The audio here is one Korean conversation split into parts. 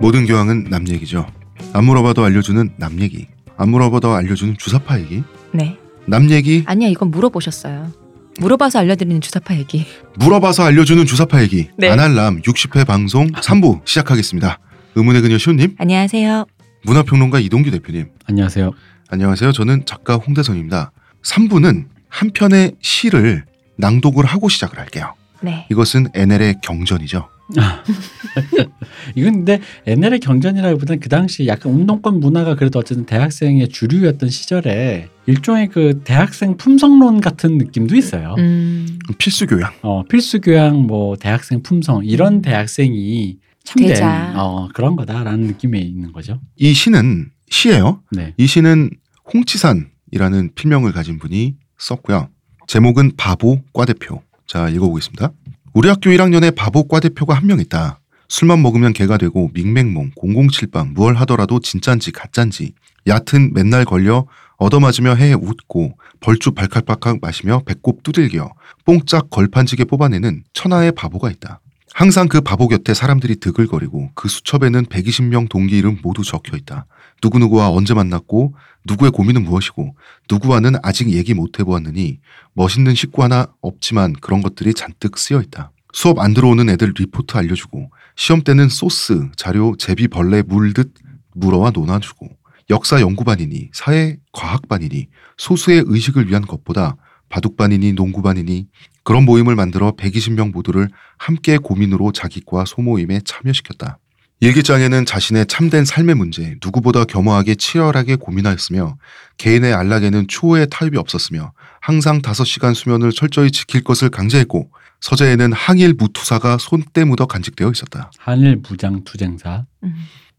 모든 교황은 남 얘기죠. 안 물어봐도 알려주는 남 얘기. 안 물어봐도 알려주는 주사파 얘기. 네. 남 얘기 아니야 이건 물어보셨어요. 물어봐서 알려드리는 주사파 얘기. 물어봐서 알려주는 주사파 얘기. 네. 아날람 60회 방송 3부 시작하겠습니다. 의문의 그녀 시호님, 안녕하세요. 문화평론가 이동규 대표님. 안녕하세요. 안녕하세요. 저는 작가 홍대선입니다. 3부는 한 편의 시를 낭독을 하고 시작을 할게요. 네. 이것은 NL의 경전이죠. 이건 근데 옛날의 경전이라기보다는 그 당시 약간 운동권 문화가 그래도 어쨌든 대학생의 주류였던 시절에 일종의 그 대학생 품성론 같은 느낌도 있어요. 음, 필수 교양. 어, 필수 교양, 뭐 대학생 품성 음. 이런 대학생이 참된 되자. 어, 그런 거다라는 느낌이 있는 거죠. 이 시는 시예요. 네. 이 시는 홍치산이라는 필명을 가진 분이 썼고요. 제목은 바보 과대표. 자, 읽어보겠습니다. 우리 학교 1학년에 바보 과대표가 한 명 있다. 술만 먹으면 개가 되고 밍맹몽, 007빵, 무얼 하더라도 진짠지 가짠지, 얕은 맨날 걸려 얻어맞으며 해에 웃고 벌주 발칵발칵 마시며 배꼽 두들겨 뽕짝 걸판지게 뽑아내는 천하의 바보가 있다. 항상 그 바보 곁에 사람들이 드글거리고 그 수첩에는 120명 동기 이름 모두 적혀 있다. 누구누구와 언제 만났고 누구의 고민은 무엇이고 누구와는 아직 얘기 못 해보았느니 멋있는 식구 하나 없지만 그런 것들이 잔뜩 쓰여 있다. 수업 안 들어오는 애들 리포트 알려주고 시험 때는 소스, 자료, 제비, 벌레 물듯 물어와 논아주고 역사 연구반이니 사회 과학반이니 소수의 의식을 위한 것보다 바둑반이니 농구반이니 그런 모임을 만들어 120명 모두를 함께 고민으로 자기과 소모임에 참여시켰다. 일기장에는 자신의 참된 삶의 문제, 누구보다 겸허하게 치열하게 고민하였으며, 개인의 안락에는 추호의 타협이 없었으며, 항상 5시간 수면을 철저히 지킬 것을 강제했고, 서재에는 항일 무투사가 손때 묻어 간직되어 있었다. 한일 무장 투쟁사. 음.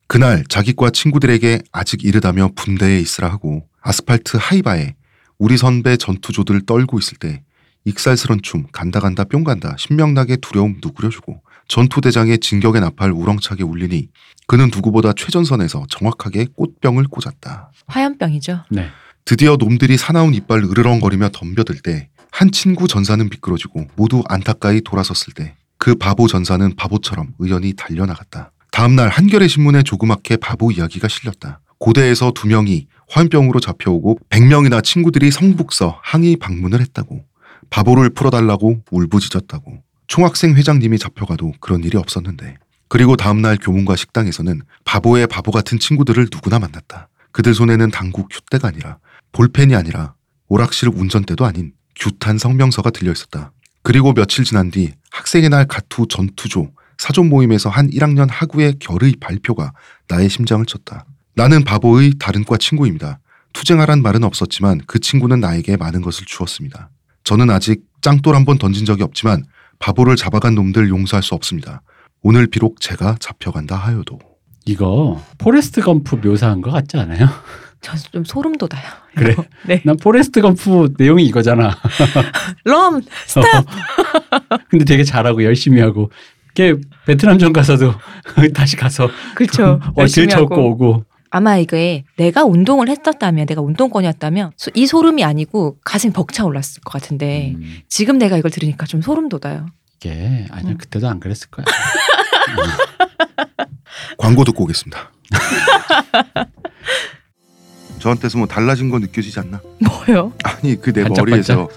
그날 자기과 친구들에게 아직 이르다며 분대에 있으라 하고, 아스팔트 하이바에 우리 선배 전투조들 떨고 있을 때, 익살스런 춤, 간다 간다 뿅 간다, 신명나게 두려움 누구려주고, 전투대장의 진격의 나팔 우렁차게 울리니 그는 누구보다 최전선에서 정확하게 꽃병을 꽂았다. 화염병이죠. 네. 드디어 놈들이 사나운 이빨 으르렁거리며 덤벼들 때 한 친구 전사는 미끄러지고 모두 안타까이 돌아섰을 때 그 바보 전사는 바보처럼 의연히 달려나갔다. 다음날 한겨레 신문에 조그맣게 바보 이야기가 실렸다. 고대에서 두 명이 화염병으로 잡혀오고 100명이나 친구들이 성북서 항의 방문을 했다고. 바보를 풀어달라고 울부짖었다고. 총학생 회장님이 잡혀가도 그런 일이 없었는데. 그리고 다음날 교문과 식당에서는 바보의 바보 같은 친구들을 누구나 만났다. 그들 손에는 당국 큐대가 아니라 볼펜이 아니라 오락실 운전대도 아닌 규탄 성명서가 들려 있었다. 그리고 며칠 지난 뒤 학생의 날 가투 전투조 사전 모임에서 한 1학년 하구의 결의 발표가 나의 심장을 쳤다. 나는 바보의 다른 과 친구입니다. 투쟁하란 말은 없었지만 그 친구는 나에게 많은 것을 주었습니다. 저는 아직 짱돌 한 번 던진 적이 없지만 바보를 잡아간 놈들 용서할 수 없습니다. 오늘 비록 제가 잡혀간다 하여도 이거 포레스트 검프 묘사한 거 같지 않아요? 저 좀 소름 돋아요. 그래? 네. 난 포레스트 검프 내용이 이거잖아. 럼 근데 되게 잘하고 열심히 하고 이게 베트남전 가서도 다시 가서 그렇죠. 어, 질 쳐고 오고 아마 이게 내가 운동을 했었다면 내가 운동권이었다면 소- 이 소름이 아니고 가슴이 벅차 올랐을 것 같은데 음, 지금 내가 이걸 들으니까 좀 소름 돋아요. 이게 아니야 음. 그때도 안 그랬을 거야 광고 듣고 오겠습니다. 저한테서 뭐 달라진 거 느껴지지 않나? 뭐요? 아니 그 내 반짝반짝? 머리에서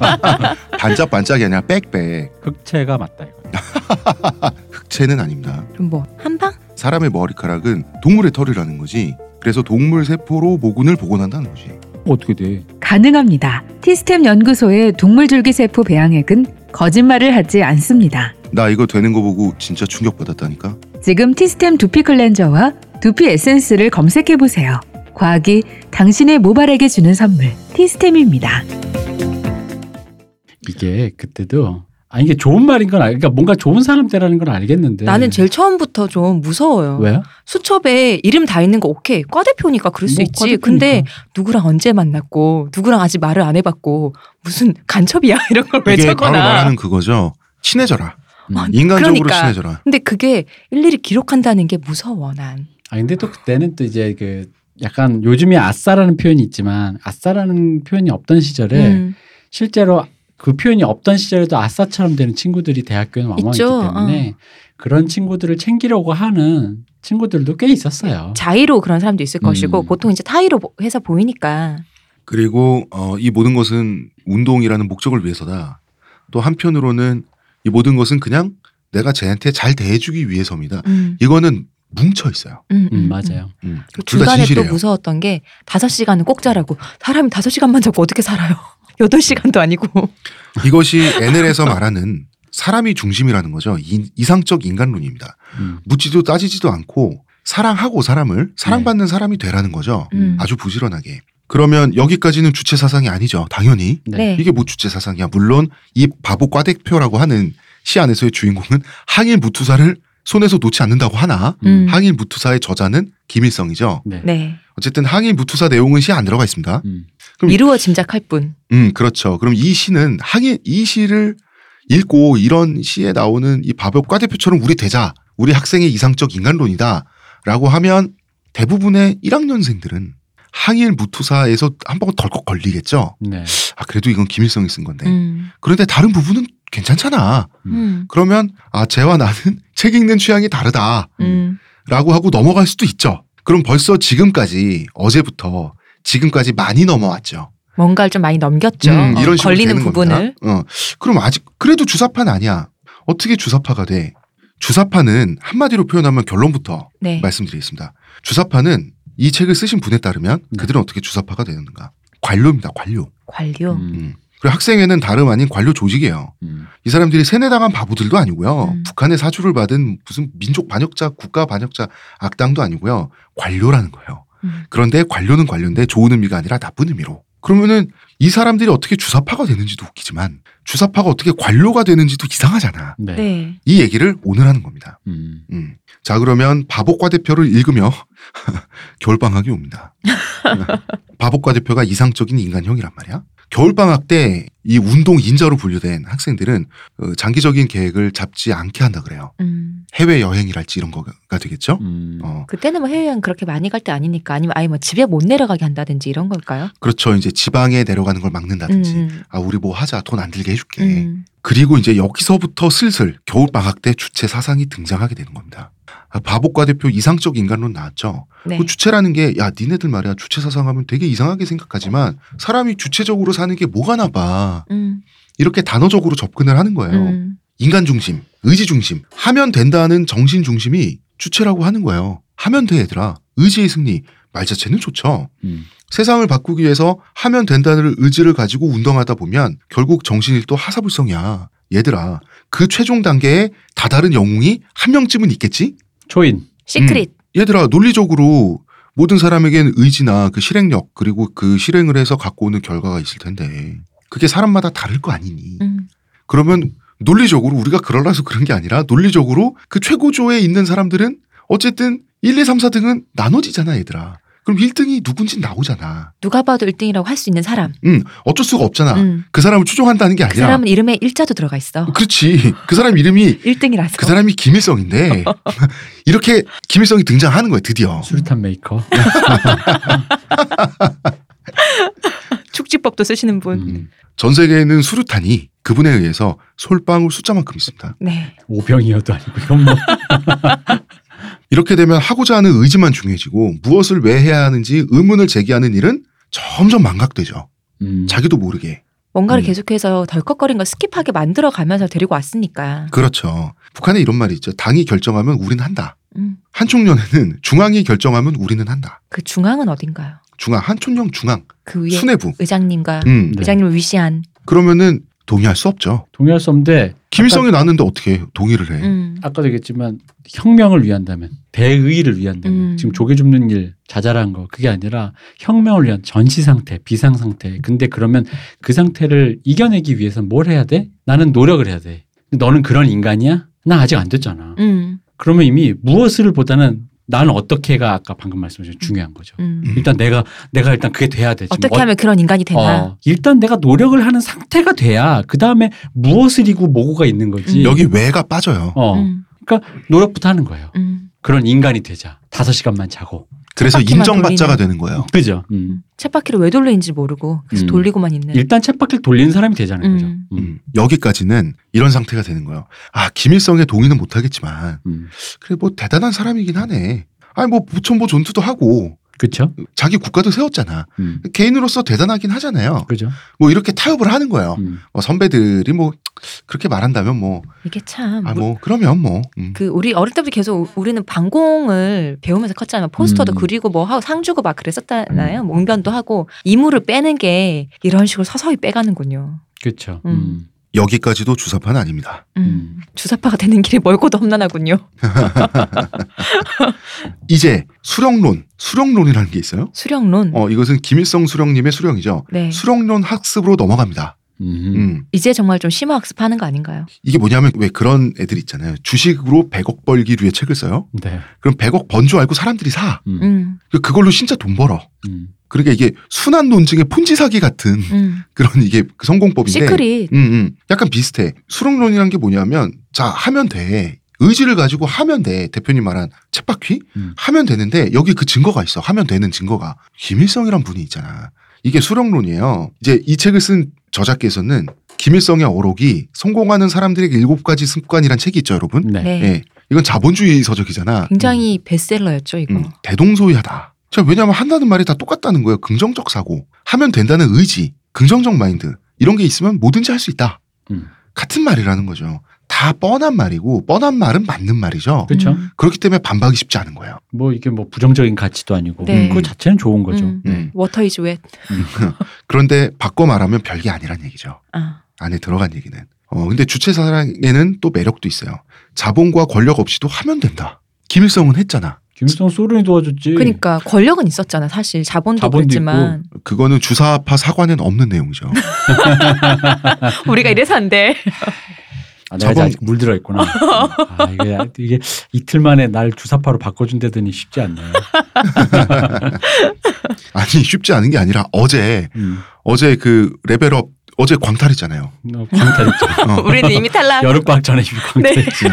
반짝반짝이 아니라 빽빽 흑채가 맞다 이거 흑채는 아닙니다. 좀 뭐 한방? 사람의 머리카락은 동물의 털이라는 거지. 그래서 동물 세포로 모근을 복원한다는 거지. 어떻게 돼 가능합니다. 티스템 연구소의 동물줄기세포 배양액은 거짓말을 하지 않습니다. 나 이거 되는 거 보고 진짜 충격 받았다니까. 지금 티스템 두피 클렌저와 두피 에센스를 검색해 보세요. 과학이 당신의 모발에게 주는 선물 티스템입니다. 이게 그때도 아 이게 좋은 말인 건 알, 그러니까 뭔가 좋은 사람들라는 건 알겠는데 어. 나는 제일 처음부터 좀 무서워요. 네. 왜요? 수첩에 이름 다 있는 거 오케이. 과 대표니까 그럴 수 뭐 있지. 근데 누구랑 언제 만났고 누구랑 아직 말을 안 해봤고 무슨 간첩이야 이런 걸 왜 이게 바로 적어놔. 말하는 그거죠. 친해져라. 음. 아, 인간적으로 그러니까. 친해져라. 근데 그게 일일이 기록한다는 게 무서워 난. 아 근데 또 그때는 또 이제 그 약간 요즘에 아싸라는 표현이 있지만 아싸라는 표현이 없던 네. 시절에 음. 실제로 그 표현이 없던 시절에도 아싸처럼 되는 친구들이 대학교에는 왕왕 있기 있죠. 때문에 그런 친구들을 챙기려고 하는 친구들도 꽤 있었어요. 자의로 그런 사람도 있을 음. 것이고 보통 이제 타의로 보- 해서 보이니까 그리고 어, 이 모든 것은 운동이라는 목적을 위해서다. 또 한편으로는 이 모든 것은 그냥 내가 쟤한테 잘 대해주기 위해서입니다. 음, 이거는 뭉쳐 있어요. 음, 음, 음, 맞아요. 음. 둘 다 중간에 또 진실이에요. 무서웠던 게 다섯 시간은 꼭 자라고 사람이 다섯 시간만 자고 어떻게 살아요? 여덟 시간도 아니고 이것이 NL에서 말하는 사람이 중심이라는 거죠. 이, 이상적 인간론입니다. 음. 묻지도 따지지도 않고 사랑하고 사람을 사랑받는 사람이 되라는 거죠. 음. 아주 부지런하게. 그러면 여기까지는 주체 사상이 아니죠. 당연히 네. 이게 뭐 주체 사상이야. 물론 이 바보 과대표라고 하는 시 안에서의 주인공은 항일 무투사를 손에서 놓지 않는다고 하나 음. 항일 무투사의 저자는 김일성이죠. 네. 네 어쨌든 항일 무투사 내용은 시에 안 들어가 있습니다. 음. 그럼- 미루어 짐작할 뿐. 음, 그렇죠. 그럼 이 시는 항일 이 시를 읽고 이런 시에 나오는 이 바보 과대표처럼 우리 되자 우리 학생의 이상적 인간론이다라고 하면 대부분의 1학년생들은 항일 무투사에서 한 번 덜컥 걸리겠죠. 네. 아 그래도 이건 김일성이 쓴 건데. 음. 그런데 다른 부분은 괜찮잖아. 음. 그러면 아 쟤와 나는 책 읽는 취향이 다르다라고 음. 하고 넘어갈 수도 있죠. 그럼 벌써 지금까지 어제부터 지금까지 많이 넘어왔죠. 뭔가를 좀 많이 넘겼죠. 음, 어, 이런 식으로 걸리는 되는 부분을. 겁니다. 어, 그럼 아직 그래도 주사파는 아니야. 어떻게 주사파가 돼? 주사파는 한마디로 표현하면 결론부터 네. 말씀드리겠습니다. 주사파는 이 책을 쓰신 분에 따르면 네. 그들은 어떻게 주사파가 되는가? 관료입니다. 관료. 관료. 음. 음. 그리고 학생회는 다름 아닌 관료 조직이에요. 음. 이 사람들이 세뇌당한 바보들도 아니고요. 음. 북한의 사주를 받은 무슨 민족 반역자, 국가 반역자, 악당도 아니고요. 관료라는 거예요. 음. 그런데 관료는 관료인데 좋은 의미가 아니라 나쁜 의미로. 그러면은 이 사람들이 어떻게 주사파가 되는지도 웃기지만 주사파가 어떻게 관료가 되는지도 이상하잖아. 네. 네. 이 얘기를 오늘 하는 겁니다. 음. 음. 자 그러면 바보과 대표를 읽으며 겨울방학이 옵니다. 바보과 대표가 이상적인 인간형이란 말이야. 겨울방학 때 이 운동 인자로 분류된 학생들은 어, 장기적인 계획을 잡지 않게 한다 그래요. 음. 해외 여행이랄지 이런 거가 되겠죠. 음. 어, 그때는 뭐 해외여행 그렇게 많이 갈 때 아니니까 아니면 아예 뭐 집에 못 내려가게 한다든지 이런 걸까요? 그렇죠. 이제 지방에 내려가는 걸 막는다든지. 음. 아 우리 뭐 하자 돈 안 들게 해줄게. 음. 그리고 이제 여기서부터 슬슬 겨울 방학 때 주체 사상이 등장하게 되는 겁니다. 아, 바보과 대표 이상적 인간론 나왔죠. 네. 그 주체라는 게 야 니네들 말이야 주체 사상하면 되게 이상하게 생각하지만 사람이 주체적으로 사는 게 뭐가나 봐 음. 이렇게 단어적으로 접근을 하는 거예요. 음. 인간 중심, 의지 중심, 하면 된다는 정신 중심이 주체라고 하는 거예요. 하면 돼 얘들아. 의지의 승리 말 자체는 좋죠. 음. 세상을 바꾸기 위해서 하면 된다는 의지를 가지고 운동하다 보면 결국 정신일도 하사불성이야. 얘들아, 그 최종 단계에 다다른 영웅이 한 명쯤은 있겠지? 초인. 시크릿. 얘들아, 논리적으로 모든 사람에겐 의지나 그 실행력 그리고 그 실행을 해서 갖고 오는 결과가 있을 텐데 그게 사람마다 다를 거 아니니? 음. 그러면 논리적으로 우리가 그럴라서 그런 게 아니라 논리적으로 그 최고조에 있는 사람들은 어쨌든 1, 2, 3, 4등은 나눠지잖아, 얘들아. 그럼 1등이 누군진 나오잖아. 누가 봐도 1등이라고 할 수 있는 사람. 음, 어쩔 수가 없잖아. 음. 그 사람을 추종한다는 게 그 아니라. 사람은 이름에 일자도 들어가 있어. 그렇지. 그 사람 이름이 1등이라서. 그 사람이 김일성인데 이렇게 김일성이 등장하는 거야 드디어. 수류탄 메이커. 축지법도 쓰시는 분. 음. 전 세계에는 수류탄이 그분에 의해서 솔방울 숫자만큼 있습니다. 네. 오병이어도 아니고 이건 뭐. 이렇게 되면 하고자 하는 의지만 중요해지고 무엇을 왜 해야 하는지 의문을 제기하는 일은 점점 망각되죠. 음. 자기도 모르게. 뭔가를 음. 계속해서 덜컥거린 걸 스킵하게 만들어 가면서 데리고 왔으니까. 그렇죠. 북한에 이런 말이 있죠. 당이 결정하면 우리는 한다. 음. 한총련에는 중앙이 결정하면 우리는 한다. 그 중앙은 어딘가요? 중앙 한총령 중앙 그 위에 수뇌부. 의장님과 음. 네. 의장님을 위시한. 그러면은 동의할 수 없죠. 동의할 수 없는데 김일성이 나왔는데 어떻게 동의를 해? 음. 아까도 얘기했지만 혁명을 위한다면 대의를 위한다면 음. 지금 조개 줍는 일 자잘한 거 그게 아니라 혁명을 위한 전시 상태 비상 상태 근데 그러면 그 상태를 이겨내기 위해서 뭘 해야 돼 나는 노력을 해야 돼 근데 너는 그런 인간이야 나 아직 안 됐잖아 음. 그러면 이미 무엇을 보다는 나는 어떻게가 아까 방금 말씀하신 중요한 거죠 음. 음. 일단 내가 내가 일단 그게 돼야 돼 지금 어떻게 어- 하면 그런 인간이 되나? 어, 일단 내가 노력을 하는 상태가 돼야 그 다음에 무엇을이고 뭐고가 있는 거지 음. 여기 외가 빠져요. 어 음. 노력부터 하는 거예요. 음. 그런 인간이 되자. 다섯 시간만 자고. 그래서 쳇바퀴만 인정받자가 돌리는- 되는 거예요. 그죠. 음. 쳇바퀴를 왜 돌리는지 모르고 그래서 음. 돌리고만 있는. 일단 챗바퀴를 돌리는 사람이 되자는 거죠. 네. 음. 음. 음, 여기까지는 이런 상태가 되는 거예요. 아 김일성의 동의는 못하겠지만 음. 그래 뭐 대단한 사람이긴 하네. 아니 뭐 부천보 전투도 하고 그렇죠. 자기 국가도 세웠잖아. 음. 개인으로서 대단하긴 하잖아요. 그죠. 뭐 이렇게 타협을 하는 거예요. 음. 뭐 선배들이 뭐 그렇게 말한다면 뭐 아 뭐 이게 참. 그러면 뭐 음. 그 우리 어릴 때부터 계속 우- 우리는 방공을 배우면서 컸잖아요. 포스터도 음. 그리고 뭐 하고 상 주고 막 그랬었잖아요. 뭐 웅변도 하고 이물을 빼는 게 이런 식으로 서서히 빼가는군요. 그렇죠. 음. 음. 여기까지도 주사파는 아닙니다. 음. 음. 주사파가 되는 길이 멀고도 험난하군요. 이제 수령론 수령론이라는 게 있어요. 수령론. 어 이것은 김일성 수령님의 수령이죠. 네. 수령론 학습으로 넘어갑니다. 음. 음. 이제 정말 좀 심화 학습하는 거 아닌가요? 이게 뭐냐면 왜 그런 애들 있잖아요. 주식으로 100억 벌기 위해 책을 써요. 네. 그럼 100억 번 줄 알고 사람들이 사. 음. 음. 그- 그걸로 진짜 돈 벌어. 음. 그러니까 이게 순환 논증의 폰지 사기 같은 음. 그런 이게 그 성공법인데. 시크릿. 음, 음. 약간 비슷해. 수렁론이란 게 뭐냐면 자 하면 돼. 의지를 가지고 하면 돼. 대표님 말한 챗바퀴 음. 하면 되는데 여기 그 증거가 있어. 하면 되는 증거가 김일성이란 분이 있잖아. 이게 수렁론이에요. 이제 이 책을 쓴 저자께서는 김일성의 어록이 성공하는 사람들에게 일곱 가지 습관이란 책이 있죠, 여러분. 네. 네. 예. 이건 자본주의 서적이잖아. 굉장히 베스트셀러였죠 이거. 음, 대동소이하다. 자, 왜냐하면 한다는 말이 다 똑같다는 거예요. 긍정적 사고, 하면 된다는 의지, 긍정적 마인드 이런 게 있으면 뭐든지 할 수 있다. 음. 같은 말이라는 거죠. 다 뻔한 말이고 뻔한 말은 맞는 말이죠. 그렇죠. 음. 그렇기 때문에 반박이 쉽지 않은 거예요. 뭐 이게 뭐 부정적인 가치도 아니고 네. 그 자체는 좋은 거죠. 음. 네. 워터 이즈 웹. 그런데 바꿔 말하면 별게 아니란 얘기죠. 아. 안에 들어간 얘기는. 어, 근데 주체 사랑에는 또 매력도 있어요. 자본과 권력 없이도 하면 된다. 김일성은 했잖아. 김일성 소련이 도와줬지. 그러니까 권력은 있었잖아 사실 자본도 네. 자본도 그랬지만 그거는 주사파 사관에는 없는 내용이죠. 음. 우리가 이래서 안 돼. 아, 내가 저번- 아직 물들어 있구나. 아, 이게, 이게 이틀 만에 날 주사파로 바꿔준다더니 쉽지 않네. 아니 쉽지 않은 게 아니라 어제 음. 어제 그 레벨업 어제 광탈했잖아요. 어, 광탈했죠. 어. 우리는 이미 탈락. 여름방학 전에 이미 광탈했지.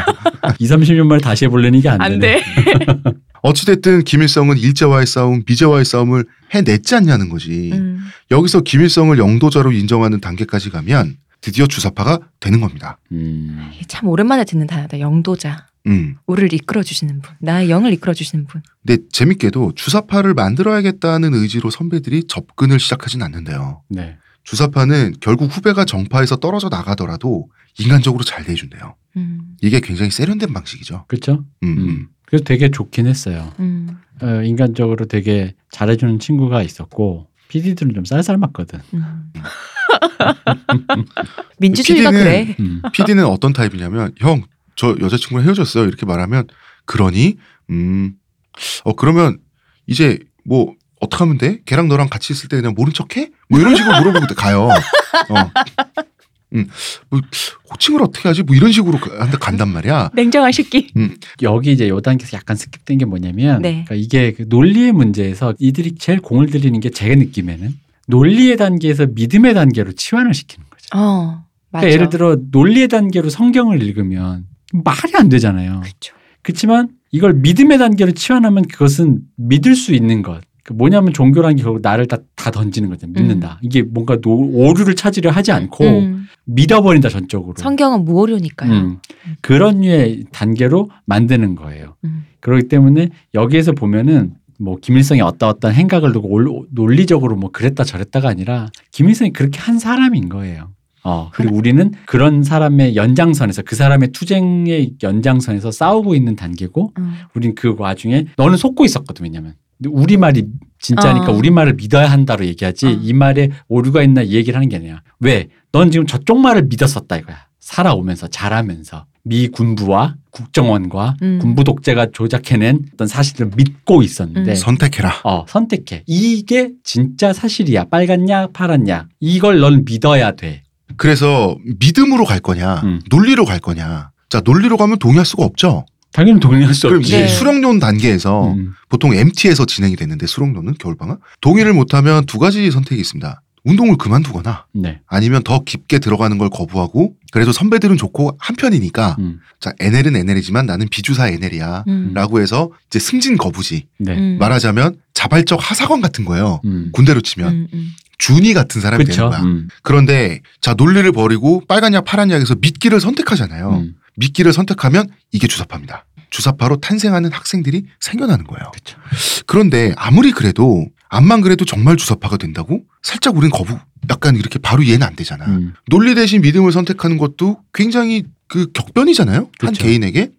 2, 30년 만에 다시 해보려니 이게 안 되네. 네. 안 돼. 어찌됐든 김일성은 일제와의 싸움, 미제와의 싸움을 해냈지 않냐는 거지. 음. 여기서 김일성을 영도자로 인정하는 단계까지 가면 드디어 주사파가 되는 겁니다. 음. 이게 참 오랜만에 듣는 단어다. 영도자. 음. 우리를 이끌어 주시는 분. 나의 영을 이끌어 주시는 분. 근데 재밌게도 주사파를 만들어야겠다는 의지로 선배들이 접근을 시작하진 않는데요. 네. 주사파는 결국 후배가 정파에서 떨어져 나가더라도 인간적으로 잘 대해준대요. 음. 이게 굉장히 세련된 방식이죠. 그렇죠. 음. 음. 그래서 되게 좋긴 했어요. 음. 어, 인간적으로 되게 잘해주는 친구가 있었고 PD들은 좀 쌀쌀맞거든. 음. 민주주의가 PD는 그래. 음. PD는 어떤 타입이냐면 형 저 여자친구랑 헤어졌어요 이렇게 말하면 그러니 음어 그러면 이제 뭐 어떻게 하면 돼? 걔랑 너랑 같이 있을 때 그냥 모른 척해? 뭐 이런 식으로 물어보고 가요. 어. 음, 뭐 호칭을 어떻게 하지? 뭐 이런 식으로 가- 한데 간단 말이야. 냉정한 새끼. 여기 이제 요 단계에서 약간 스킵된 게 뭐냐면 네. 그러니까 이게 그 논리의 문제에서 이들이 제일 공을 들이는 게 제 느낌에는 논리의 단계에서 믿음의 단계로 치환을 시키는 거죠. 어. 맞아. 그러니까 예를 들어 논리의 단계로 성경을 읽으면 말이 안 되잖아요. 그렇죠. 그렇지만 이걸 믿음의 단계로 치환하면 그것은 믿을 수 있는 것. 그 뭐냐면 종교라는 게 결국 나를 다, 다 던지는 거죠. 믿는다. 이게 뭔가 노- 오류를 찾으려 하지 않고 음. 믿어버린다 전적으로. 성경은 무오류니까요. 음. 그런 류의 단계로 만드는 거예요. 음. 그렇기 때문에 여기에서 보면은 뭐 김일성이 어떠 어떤 행각을 두고 올- 논리적으로 뭐 그랬다 저랬다가 아니라 김일성이 그렇게 한 사람인 거예요. 어, 그러니까 그리고 우리는 그런 사람의 연장선에서 그 사람의 투쟁의 연장선에서 싸우고 있는 단계고 음. 우린 그 와중에 너는 속고 있었거든 왜냐면 우리 말이 진짜니까 어. 우리 말을 믿어야 한다로 얘기하지 어. 이 말에 오류가 있나 이 얘기를 하는 게 아니라 왜 넌 지금 저쪽 말을 믿었었다 이거야 살아오면서 자라면서 미 군부와 국정원과 음. 군부 독재가 조작해낸 어떤 사실을 믿고 있었는데 음. 선택해라. 어, 선택해 이게 진짜 사실이야 빨갛냐 파랗냐 이걸 넌 믿어야 돼 그래서 믿음으로 갈 거냐, 음. 논리로 갈 거냐. 자 논리로 가면 동의할 수가 없죠. 당연히 동의할 수 그럼 없지 이제 네. 수령론 음. 단계에서 보통 MT에서 진행이 됐는데 수록론은 겨울방학 동의를 못하면 두 가지 선택이 있습니다. 운동을 그만두거나 네. 아니면 더 깊게 들어가는 걸 거부하고 그래도 선배들은 좋고 한편이니까 음. 자 NL은 NL이지만 나는 비주사 NL이야 음. 라고 해서 이제 승진 거부지 네. 음. 말하자면 자발적 하사관 같은 거예요 음. 군대로 치면 음, 음. 준이 같은 사람이 되는 그쵸. 거야 음. 그런데 자 논리를 버리고 빨간냐 파란냐에서 미끼를 선택하잖아요 음. 미끼를 선택하면 이게 주사파입니다 주사파로 탄생하는 학생들이 생겨나는 거예요 그쵸. 그런데 아무리 그래도 암만 그래도 정말 주사파가 된다고 살짝 우린 거부 약간 이렇게 바로 이해는 안 되잖아 음. 논리 대신 믿음을 선택하는 것도 굉장히 그 격변이잖아요. 한 그쵸. 개인에게.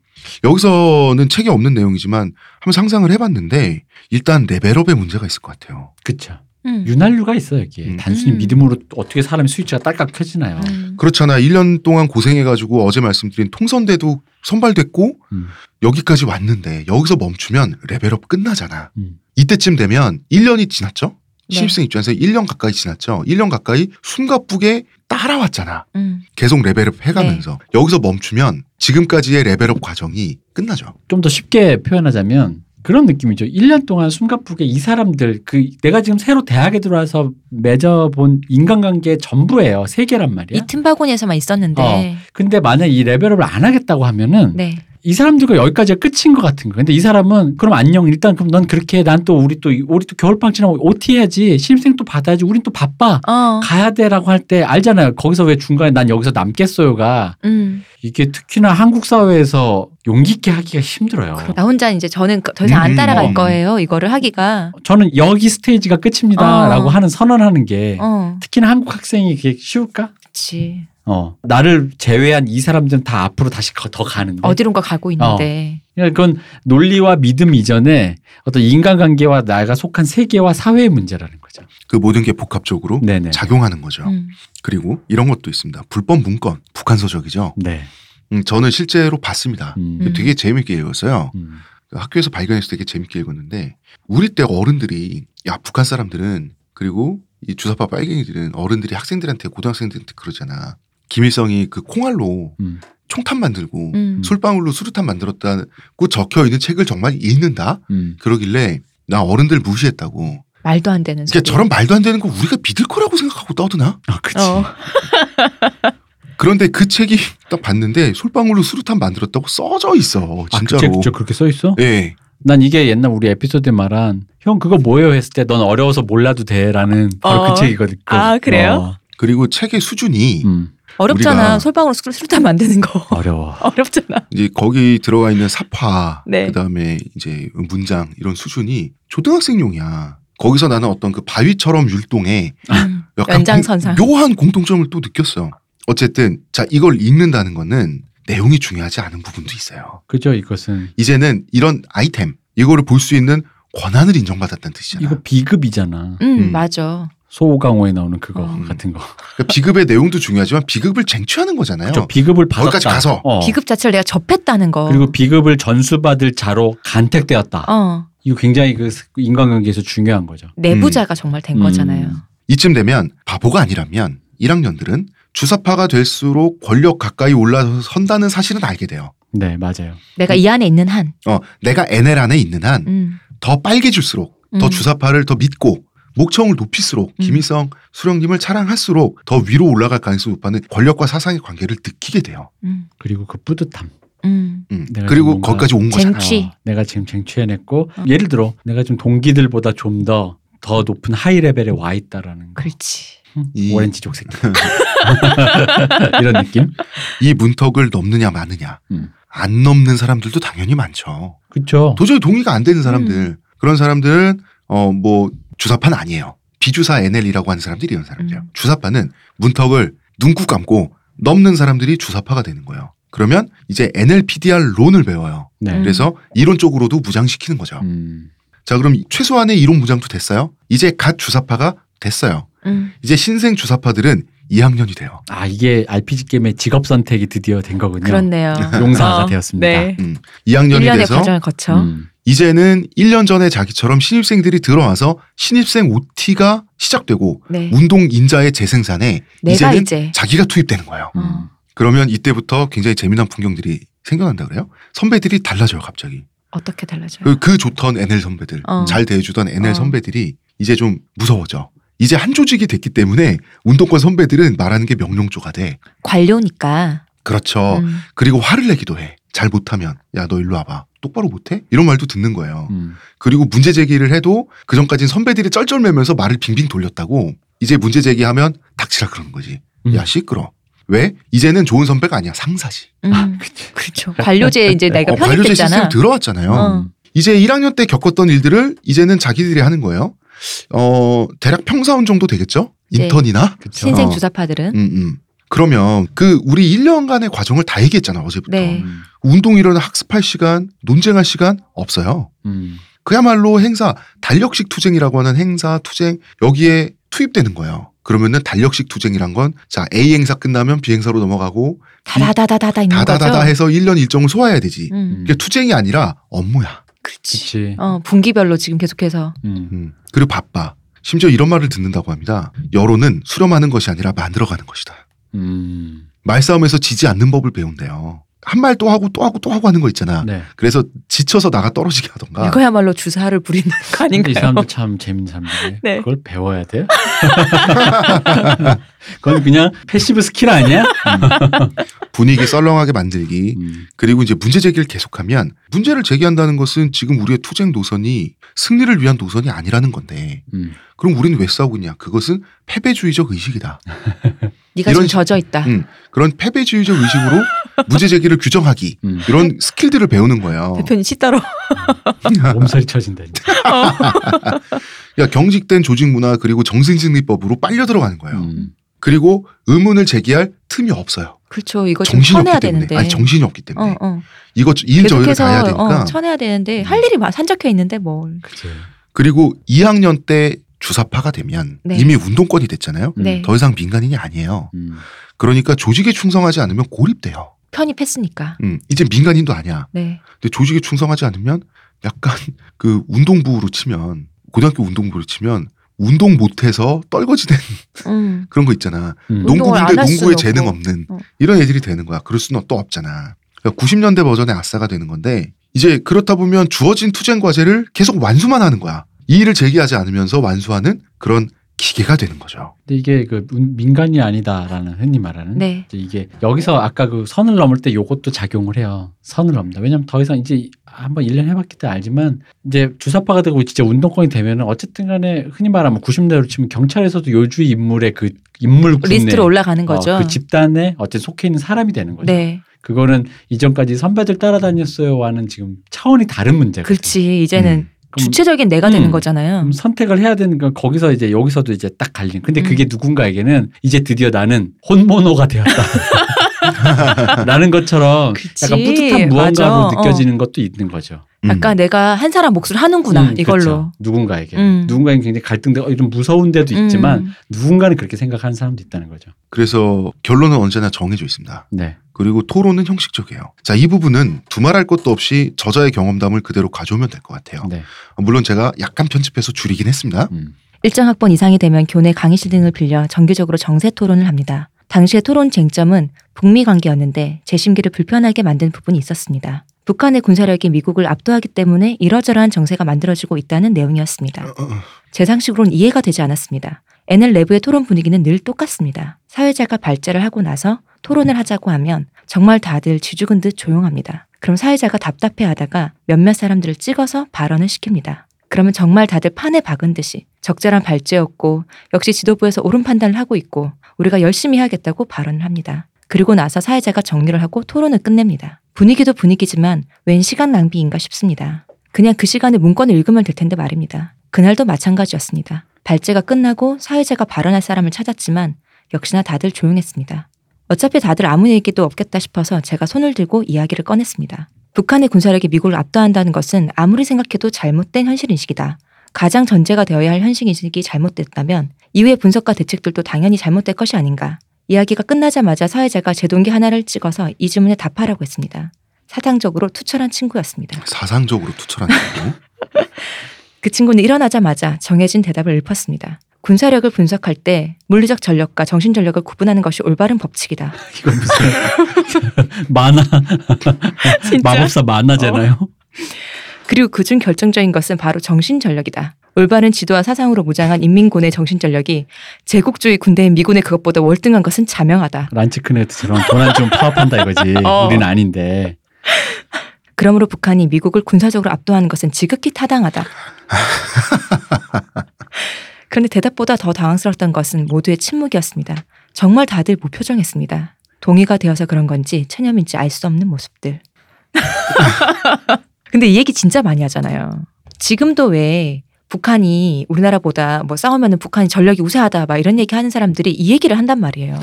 여기서는 책에 없는 내용이지만 한번 상상을 해봤는데 일단 레벨업에 문제가 있을 것 같아요. 그쵸. 음. 윤활유가 있어 여기에. 음. 단순히 음. 믿음으로 어떻게 사람의 스위치가 딸깍 켜지나요. 음. 그렇잖아. 1년 동안 고생해가지고 어제 말씀드린 통선대도 선발됐고 음. 여기까지 왔는데 여기서 멈추면 레벨업 끝나잖아. 음. 이때쯤 되면 1년이 지났죠? 네. 신입생 입장에서 1년 가까이 지났죠? 1년 가까이 숨가쁘게 따라왔잖아. 음. 계속 레벨업 해가면서. 네. 여기서 멈추면 지금까지의 레벨업 과정이 끝나죠. 좀 더 쉽게 표현하자면 그런 느낌이죠. 1년 동안 숨가쁘게 이 사람들 그 내가 지금 새로 대학에 들어와서 맺어본 인간관계 전부예요. 세계란 말이야. 이 틈바구니에서만 있었는데 어. 근데 만약 이 레벨업을 안 하겠다고 하면은 네. 이 사람들과 여기까지가 끝인 것 같은 거. 근데 이 사람은 그럼 안녕 일단 그럼 넌 그렇게 해. 난 또 우리 또 우리 또 겨울방 지나고 OT 해야지 신입생 또 받아야지 우린 또 바빠 어. 가야 돼라고 할 때 알잖아요. 거기서 왜 중간에 난 여기서 남겠어요가 음. 이게 특히나 한국 사회에서 용기 있게 하기가 힘들어요. 나 혼자 이제 저는 그- 더 이상 음, 안 따라갈 어. 거예요. 이거를 하기가. 저는 여기 스테이지가 끝입니다라고 어. 하는 선언하는 게 어. 특히나 한국 학생이 그게 쉬울까? 그렇지. 어 나를 제외한 이 사람들은 다 앞으로 다시 거- 더 음. 가는데 어디론가 가고 있는데. 그러니까 그건 논리와 믿음 이전에 어떤 인간관계와 내가 속한 세계와 사회의 문제라는 거죠. 그 모든 게 복합적으로 음. 네네. 작용하는 거죠. 음. 그리고 이런 것도 있습니다. 불법 문건, 북한 서적이죠. 네. 음, 저는 실제로 봤습니다. 음. 음. 되게 재밌게 읽었어요. 음. 그 학교에서 발견해서 되게 재밌게 읽었는데 우리 때 어른들이 야 북한 사람들은 그리고 이 주사파 빨갱이들은 어른들이 학생들한테 고등학생들한테 그러잖아. 김일성이 그 콩알로 음. 총탄 만들고 음. 술방울로 수류탄 만들었다고 적혀 있는 책을 정말 읽는다? 음. 그러길래 나 어른들 무시했다고. 말도 안 되는 이게 소리. 저런 말도 안 되는 거 우리가 믿을 거라고 생각하고 떠드나? 아, 그치. 어. 그런데 그 책이 딱 봤는데 솔방울로 수류탄 만들었다고 써져 있어 아, 진짜로. 그쵸, 그쵸. 그렇게 써 있어? 예. 난 이게 옛날 우리 에피소드에 말한 형 그거 뭐예요 했을 때 넌 어려워서 몰라도 돼라는 바로 어. 그 책이거든. 아, 그래요? 그리고 책의 수준이 어. 음. 어렵잖아. 우리가- 솔방울로 술- 술탄 만드는 거. 어려워. 어렵잖아. 이제 거기 들어가 있는 사파, 네. 그다음에 이제 문장 이런 수준이 초등학생용이야. 거기서 나는 어떤 그 바위처럼 율동해 음. 약간 연장선상. 공- 묘한 공통점을 또 느꼈어. 어쨌든 자 이걸 읽는다는 거는 내용이 중요하지 않은 부분도 있어요. 그죠? 이것은 이제는 이런 아이템 이거를 볼 수 있는 권한을 인정받았다는 뜻이잖아. 이거 비급이잖아. 음, 음. 맞아. 소호강호에 나오는 그거 어. 같은 거. 그러니까 비급의 내용도 중요하지만 비급을 쟁취하는 거잖아요. 저 비급을 받았다. 거기까지 가서. 어. 비급 자체를 내가 접했다는 거. 그리고 비급을 전수받을 자로 간택되었다. 어. 이거 굉장히 그 인간관계에서 중요한 거죠. 내부자가 정말 된 음. 거잖아요. 이쯤 되면 바보가 아니라면 1학년들은 주사파가 될수록 권력 가까이 올라선다는 사실은 알게 돼요. 네, 맞아요. 내가 이 안에 있는 한. 어, 내가 NL 안에 있는 한 더 음. 빨개질수록 더 음. 주사파를 더 믿고 목청을 높일수록 김일성 수령님을 사랑할수록 더 위로 올라갈 가능성이 높아는 권력과 사상의 관계를 느끼게 돼요. 음. 그리고 그 뿌듯함. 음. 음, 내가 그리고 뭔가 거기까지 온 거잖아. 쟁취. 혹시? 어, 내가 지금 쟁취해냈고 어. 예를 들어 내가 좀 동기들보다 좀 더 더 높은 하이 레벨에 와 있다라는 거. 그렇지. 음, 이- 오렌지족 새끼 이런 느낌. 이 문턱을 넘느냐 마느냐. 음. 안 넘는 사람들도 당연히 많죠. 그렇죠. 도저히 동의가 안 되는 사람들 음. 그런 사람들은 어 뭐 주사파는 아니에요 비주사 NL이라고 하는 사람들이 이런 사람들이요 음. 주사파는 문턱을 눈꾹 감고 넘는 사람들이 주사파가 되는 거예요 그러면 이제 NLPDR 론을 배워요 네. 음. 그래서 이론 쪽으로도 무장시키는 거죠 음. 자 그럼 최소한의 이론 무장도 됐어요 이제 갓 주사파가 됐어요 음. 이제 신생 주사파들은 2학년이 돼요 아 이게 RPG 게임의 직업 선택이 드디어 된 거군요. 그렇네요. 용사가 어, 되었습니다. 네. 2학년이 1년의 돼서 과정을 거쳐. 음. 이제는 1년 전에 자기처럼 신입생들이 들어와서 신입생 OT가 시작되고 네. 운동 인자의 재생산에 내가 이제는 이제. 자기가 투입되는 거예요. 음. 어. 그러면 이때부터 굉장히 재미난 풍경들이 생겨난다 그래요. 선배들이 달라져요 갑자기. 어떻게 달라져요? 그, 그 좋던 NL 선배들, 어. 잘 대해주던 NL 어. 선배들이 이제 좀 무서워져. 이제 한 조직이 됐기 때문에 운동권 선배들은 말하는 게 명령조가 돼. 관료니까. 그렇죠. 음. 그리고 화를 내기도 해. 잘 못하면 야 너 일로 와봐. 똑바로 못해? 이런 말도 듣는 거예요. 음. 그리고 문제 제기를 해도 그 전까진 선배들이 쩔쩔매면서 말을 빙빙 돌렸다고 이제 문제 제기하면 닥치라 그러는 거지. 음. 야 시끄러. 왜? 이제는 좋은 선배가 아니야 상사지. 음. 그렇죠. 관료제 이제 내가 어, 관료제 그러니까 편입됐잖아. 시스템 들어왔잖아요. 어. 이제 1학년 때 겪었던 일들을 이제는 자기들이 하는 거예요. 어 대략 평사원 정도 되겠죠? 네. 인턴이나. 그쵸. 신생 어. 주사파들은 음, 음. 그러면 그 우리 1년간의 과정을 다 얘기했잖아 어제부터. 네. 음. 운동 일어나 학습할 시간, 논쟁할 시간 없어요. 음. 그야말로 행사 달력식 투쟁이라고 하는 행사 투쟁 여기에 투입되는 거예요. 그러면은 달력식 투쟁이란 건 자 A 행사 끝나면 B 행사로 넘어가고 다다다다다다 있는 다다다다 거죠. 해서 1년 일정을 소화해야 되지. 음. 그게 투쟁이 아니라 업무야. 그렇지. 그치. 어 분기별로 지금 계속해서 음. 음. 그리고 바빠. 심지어 이런 말을 듣는다고 합니다. 여론은 수렴하는 것이 아니라 만들어가는 것이다. 음. 말싸움에서 지지 않는 법을 배운대요. 한 말 또 하고 또 하고 또 하고 하는 거 있잖아. 네. 그래서 지쳐서 나가 떨어지게 하던가. 이거야말로 주사를 부리는 거 근데 이 아닌가요? 사람도 참 재밌는 사람인데 네. 그걸 배워야 돼요? 그건 그냥 패시브 스킬 아니야? 분위기 썰렁하게 만들기. 음. 그리고 이제 문제 제기를 계속하면 문제를 제기한다는 것은 지금 우리의 투쟁 노선이 승리를 위한 노선이 아니라는 건데 음. 그럼 우리는 왜 싸우느냐 그것은 패배주의적 의식이다 네가 이런 지금 식- 젖어 있다. 음. 그런 패배주의적 의식으로 문제 제기를 규정하기 음. 이런 스킬들을 배우는 거예요 대표님 시따로 음. 몸살이 쳐진다. 진짜. 야 그러니까 경직된 조직 문화 그리고 정신승리법으로 빨려 들어가는 거예요 음. 그리고 의문을 제기할 틈이 없어요 그렇죠. 이거 좀 정신이 쳐내야 없기 때문에 되는데. 아니 정신이 없기 때문에 어, 어. 이거 일 저희를 다 해야 계속해서 되니까 어, 쳐내야 되는데 할 일이 마- 산적해 있는데 뭘? 그치. 음. 그리고 2학년 때 주사파가 되면 네. 이미 운동권이 됐잖아요 음. 네. 더 이상 민간인이 아니에요. 음. 그러니까 조직에 충성하지 않으면 고립돼요. 편입했으니까. 음, 이제 민간인도 아니야. 네. 근데 조직에 충성하지 않으면 약간 그 운동부로 치면 고등학교 운동부로 치면 운동 못해서 떨거지된 음. 그런 거 있잖아. 음. 농- 운동을 농구인데 안할 농구에 수는 재능 없고. 없는 어. 이런 애들이 되는 거야. 그럴 수는 또 없잖아. 그러니까 90년대 버전의 아싸가 되는 건데 이제 그렇다 보면 주어진 투쟁 과제를 계속 완수만 하는 거야. 이의를 제기하지 않으면서 완수하는 그런 기계가 되는 거죠. 근데 이게 그 문- 민간이 아니다라는 흔히 말하는 네. 이제 이게 여기서 아까 그 선을 넘을 때 요것도 작용을 해요. 선을 넘다. 왜냐면 더 이상 이제 한번 1년 해봤기 때 알지만 이제 주사파가 되고 진짜 운동권이 되면은 어쨌든 간에 흔히 말하면 90대로 치면 경찰에서도 요주의 인물의 그 인물 군에 리스트로 올라가는 거죠. 어, 그 집단에 어쨌든 속해 있는 사람이 되는 거죠. 네. 그거는 이전까지 선배들 따라다녔어요와는 지금 차원이 다른 문제가 그렇지. 이제는 음. 그럼 주체적인 내가 되는 음. 거잖아요. 그럼 선택을 해야 되는 건 거기서 이제 여기서도 이제 딱 갈리는. 근데 음. 그게 누군가에게는 이제 드디어 나는 혼모노가 되었다. 라는 것처럼 그치. 약간 뿌듯한 무언가로 맞아. 느껴지는 것도 있는 거죠. 음. 약간 내가 한 사람 몫을 하는구나 음, 이걸로. 그렇죠. 누군가에게. 음. 누군가에게 굉장히 갈등되고 이런 무서운 데도 있지만 음. 누군가는 그렇게 생각하는 사람도 있다는 거죠. 그래서 결론은 언제나 정해져 있습니다. 네. 그리고 토론은 형식적이에요. 자, 이 부분은 두말할 것도 없이 저자의 경험담을 그대로 가져오면 될 것 어. 같아요. 네. 물론 제가 약간 편집해서 줄이긴 했습니다. 음. 일정 학번 이상이 되면 교내 강의실 등을 빌려 정기적으로 정세 토론을 합니다. 당시의 토론 쟁점은 북미 관계였는데 재심기를 불편하게 만든 부분이 있었습니다. 북한의 군사력이 미국을 압도하기 때문에 이러저러한 정세가 만들어지고 있다는 내용이었습니다. 어, 어, 제 상식으로는 이해가 되지 않았습니다. NL 내부의 토론 분위기는 늘 똑같습니다. 사회자가 발제를 하고 나서 토론을 하자고 하면 정말 다들 쥐죽은 듯 조용합니다. 그럼 사회자가 답답해 하다가 몇몇 사람들을 찍어서 발언을 시킵니다. 그러면 정말 다들 판에 박은 듯이 적절한 발제였고 역시 지도부에서 옳은 판단을 하고 있고 우리가 열심히 해야겠다고 발언을 합니다. 그리고 나서 사회자가 정리를 하고 토론을 끝냅니다. 분위기도 분위기지만 웬 시간 낭비인가 싶습니다. 그냥 그 시간에 문건을 읽으면 될 텐데 말입니다. 그날도 마찬가지였습니다. 발제가 끝나고 사회자가 발언할 사람을 찾았지만 역시나 다들 조용했습니다. 어차피 다들 아무 얘기도 없겠다 싶어서 제가 손을 들고 이야기를 꺼냈습니다. 북한의 군사력이 미국을 압도한다는 것은 아무리 생각해도 잘못된 현실인식이다. 가장 전제가 되어야 할 현실인식이 잘못됐다면 이후의 분석과 대책들도 당연히 잘못될 것이 아닌가. 이야기가 끝나자마자 사회자가 제 동기 하나를 찍어서 이 질문에 답하라고 했습니다. 사상적으로 투철한 친구였습니다. 사상적으로 투철한 거고. 그 친구는 일어나자마자 정해진 대답을 읊었습니다. 군사력을 분석할 때 물리적 전력과 정신 전력을 구분하는 것이 올바른 법칙이다. 이건 무슨 어. 만화, 마법사 만화잖아요. 그리고 그중 결정적인 것은 바로 정신전력이다. 올바른 지도와 사상으로 무장한 인민군의 정신전력이 제국주의 군대인 미군의 그것보다 월등한 것은 자명하다. 란치크네트처럼 도난 좀 파업한다 이거지. 어. 우리는 아닌데. 그러므로 북한이 미국을 군사적으로 압도하는 것은 지극히 타당하다. 그런데 대답보다 더 당황스러웠던 것은 모두의 침묵이었습니다. 정말 다들 무표정했습니다. 동의가 되어서 그런 건지 체념인지 알 수 없는 모습들. 근데 이 얘기 진짜 많이 하잖아요. 지금도 왜 북한이 우리나라보다 뭐 싸우면은 북한이 전력이 우세하다 막 이런 얘기 하는 사람들이 이 얘기를 한단 말이에요.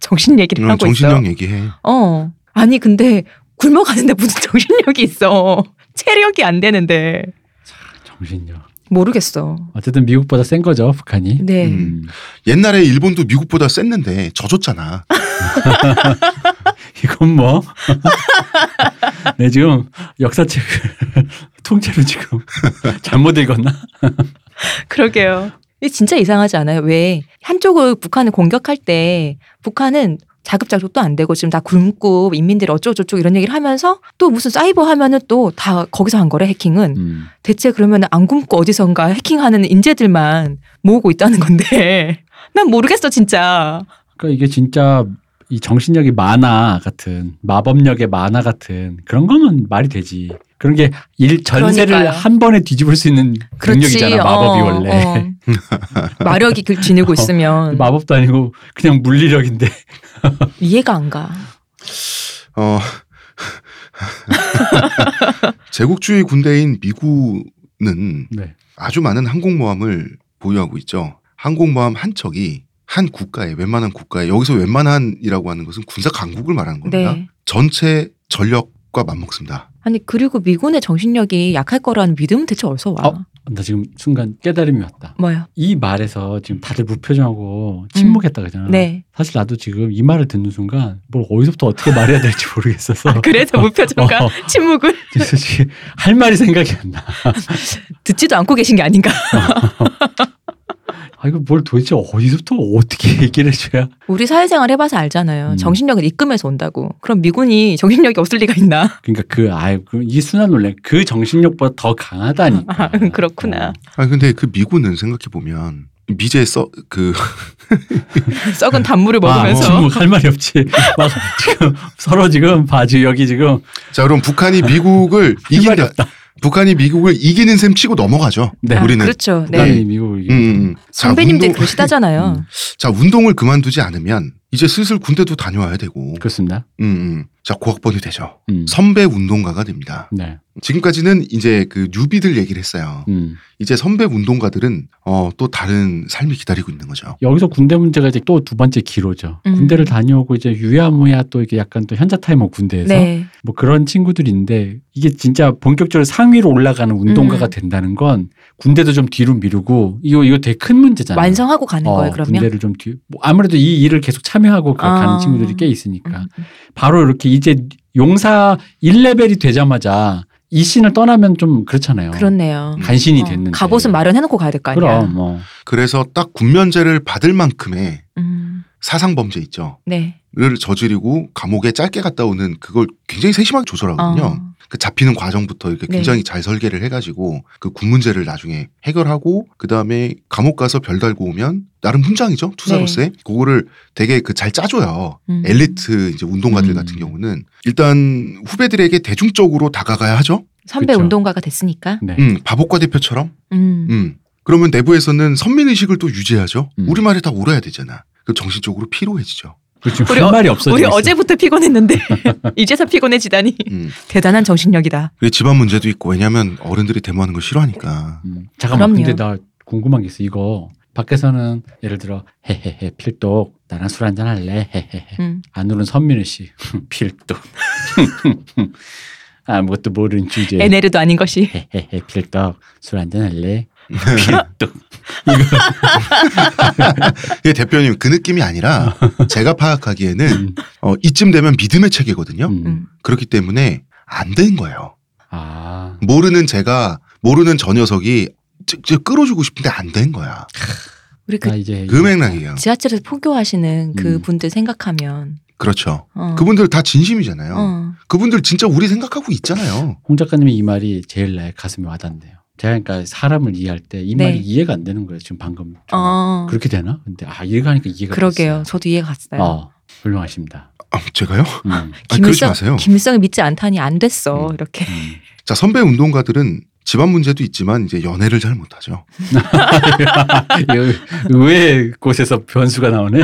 정신 얘기를 이런 하고 있어요. 정신력 얘기해. 어. 아니 근데 굶어가는데 무슨 정신력이 있어. 체력이 안 되는데. 정신력. 모르겠어. 어쨌든 미국보다 센 거죠 북한이. 네. 음. 옛날에 일본도 미국보다 셌는데 져줬잖아. 이건 뭐? 네 지금 역사책을 통째로 지금 잘못 읽었나? 그러게요. 이게 진짜 이상하지 않아요? 왜 한쪽을 북한을 공격할 때 북한은 자급자족도 안 되고 지금 다 굶고 인민들이 어쩌고저쩌고 이런 얘기를 하면서 또 무슨 사이버 하면은 또 다 거기서 한 거래 해킹은 음. 대체 그러면 안 굶고 어디선가 해킹하는 인재들만 모으고 있다는 건데 난 모르겠어 진짜 그러니까 이게 진짜 이 정신력이 만화 같은 마법력의 만화 같은 그런 거면 말이 되지. 그런 게 일 전세를 그러니까요. 한 번에 뒤집을 수 있는 그렇지. 능력이잖아 마법이 어, 원래. 어. 마력이 그 지니고 있으면 마법도 아니고 그냥 물리력인데 이해가 안 가. 어. 제국주의 군대인 미군은 네. 아주 많은 항공모함을 보유하고 있죠. 항공모함 한 척이 한 국가에 웬만한 국가에 여기서 웬만한이라고 하는 것은 군사 강국을 말하는 겁니다. 네. 전체 전력과 맞먹습니다. 아니 그리고 미군의 정신력이 약할 거라는 믿음은 대체 어디서 와? 어? 나 지금 순간 깨달음이 왔다 뭐야? 이 말에서 지금 다들 무표정하고 침묵했다 그러잖아 네. 사실 나도 지금 이 말을 듣는 순간 뭘 어디서부터 어떻게 말해야 될지 모르겠어서 아, 그래서 뭐- 무표정과 어. 침묵을 솔직히 할 말이 생각이 안 나. 듣지도 않고 계신 게 아닌가? 아 이거 뭘 도대체 어디서부터 어떻게 얘기를 해줘야? 우리 사회생활 해봐서 알잖아요. 음. 정신력은 입금해서 온다고. 그럼 미군이 정신력이 없을 리가 있나? 그러니까 그 아이 이 순환 논란 그 정신력보다 더 강하다니까. 그렇구나. 아 근데 그 미군은 생각해 보면 미제 써그 썩은 단물을 먹으면서. 아, 할 말이 없지. 막 지금 서로 지금 바지 여기 지금 자 그럼 북한이 그 미국을 말이 이긴다. 북한이 미국을 이기는 셈 치고 넘어가죠. 네. 우리는 그렇죠. 북한이 네. 네. 미국 음, 음, 음. 자, 선배님들 운동- 그러시다잖아요. 음. 자 운동을 그만두지 않으면 이제 슬슬 군대도 다녀와야 되고. 그렇습니다. 음, 음. 자 고학번이 되죠. 음. 선배 운동가가 됩니다. 네. 지금까지는 이제 그 뉴비들 얘기를 했어요. 음. 이제 선배 운동가들은 어, 또 다른 삶이 기다리고 있는 거죠. 여기서 군대 문제가 이제 또 두 번째 기로죠. 음. 군대를 다녀오고 이제 유야무야 또 이게 약간 또 현자 타이머 군대에서 네. 뭐 그런 친구들인데 이게 진짜 본격적으로 상위로 올라가는 운동가가 음. 된다는 건 군대도 좀 뒤로 미루고 이거 이거 되게 큰 문제잖아요. 완성하고 가는 어, 거예요. 그러면. 군대를 좀 뒤. 뭐 아무래도 이 일을 계속 참여하고 가- 아. 가는 친구들이 꽤 있으니까 음. 바로 이렇게 이제 용사 1레벨이 되자마자 이 신을 떠나면 좀 그렇잖아요. 그렇네요. 간신히 어, 됐는데. 갑옷은 마련해놓고 가야 될 거 아니야. 그럼 뭐 그래서 딱 군면제를 받을 만큼의 음, 사상 범죄 있죠. 네. 를 저지르고 감옥에 짧게 갔다 오는 그걸 굉장히 세심하게 조절하거든요. 어. 그 잡히는 과정부터 이렇게 네. 굉장히 잘 설계를 해가지고 그 군 문제를 나중에 해결하고 그 다음에 감옥 가서 별 달고 오면 나름 훈장이죠 투사로서의 그거를 되게 그 잘 짜줘요. 음. 엘리트 이제 운동가들 음. 같은 경우는 일단 후배들에게 대중적으로 다가가야 하죠. 선배 그쵸. 운동가가 됐으니까. 네. 음, 바보과 대표처럼 음. 음. 그러면 내부에서는 선민의식을 또 유지하죠. 음. 우리말에 다 올라야 되잖아. 그 정신적으로 피로해지죠. 그리고 지금 우리 그렇죠. 할 어- 말이 없어지고 예. 우리 있어요. 어제부터 피곤했는데 이제서 피곤해지다니 음. 대단한 정신력이다. 그리고 집안 문제도 있고 왜냐하면 어른들이 데모하는 걸 싫어하니까. 음, 잠깐만 그럼요. 근데 나 궁금한 게 있어 이거 밖에서는 예를 들어 헤헤헤 필독 나랑 술 한잔 할래 헤헤헤 음. 안울은 선민우 씨 필독 아무것도 모르는 주제 에네르도 아닌 것이. 헤헤헤 필독 술 한잔 할래 필독 이거 예, 대표님 그 느낌이 아니라 제가 파악하기에는 어, 이쯤 되면 믿음의 책이거든요. 음. 음. 그렇기 때문에 안 된 거예요. 아 모르는 제가 모르는 저 녀석이 저- 저 끌어주고 싶은데 안 된 거야. 음. 우리 그 나 이제 그 맥락이에요. 지하철에서 포교하시는 그 음. 분들 생각하면 그렇죠. 어. 그분들 다 진심이잖아요. 어. 그분들 진짜 우리 생각하고 있잖아요. 홍 작가님의 이 말이 제일 나의 가슴에 와닿네요. 제가 그러니까 사람을 이해할 때 이 네. 말이 이해가 안 되는 거예요. 지금 방금 좀 어. 아, 그렇게 되나? 근데 아 이해가니까 이해가 그러게요. 저도 이해 갔어요. 됐어요. 어 훌륭하십니다. 아, 제가요? 음, 아, 그러지 마세요. 김일성을 믿지 않다니 안 됐어. 이렇게. 음. 자, 선배 운동가들은 집안 문제도 있지만 이제 연애를 잘 못하죠. 왜 곳에서 변수가 나오네?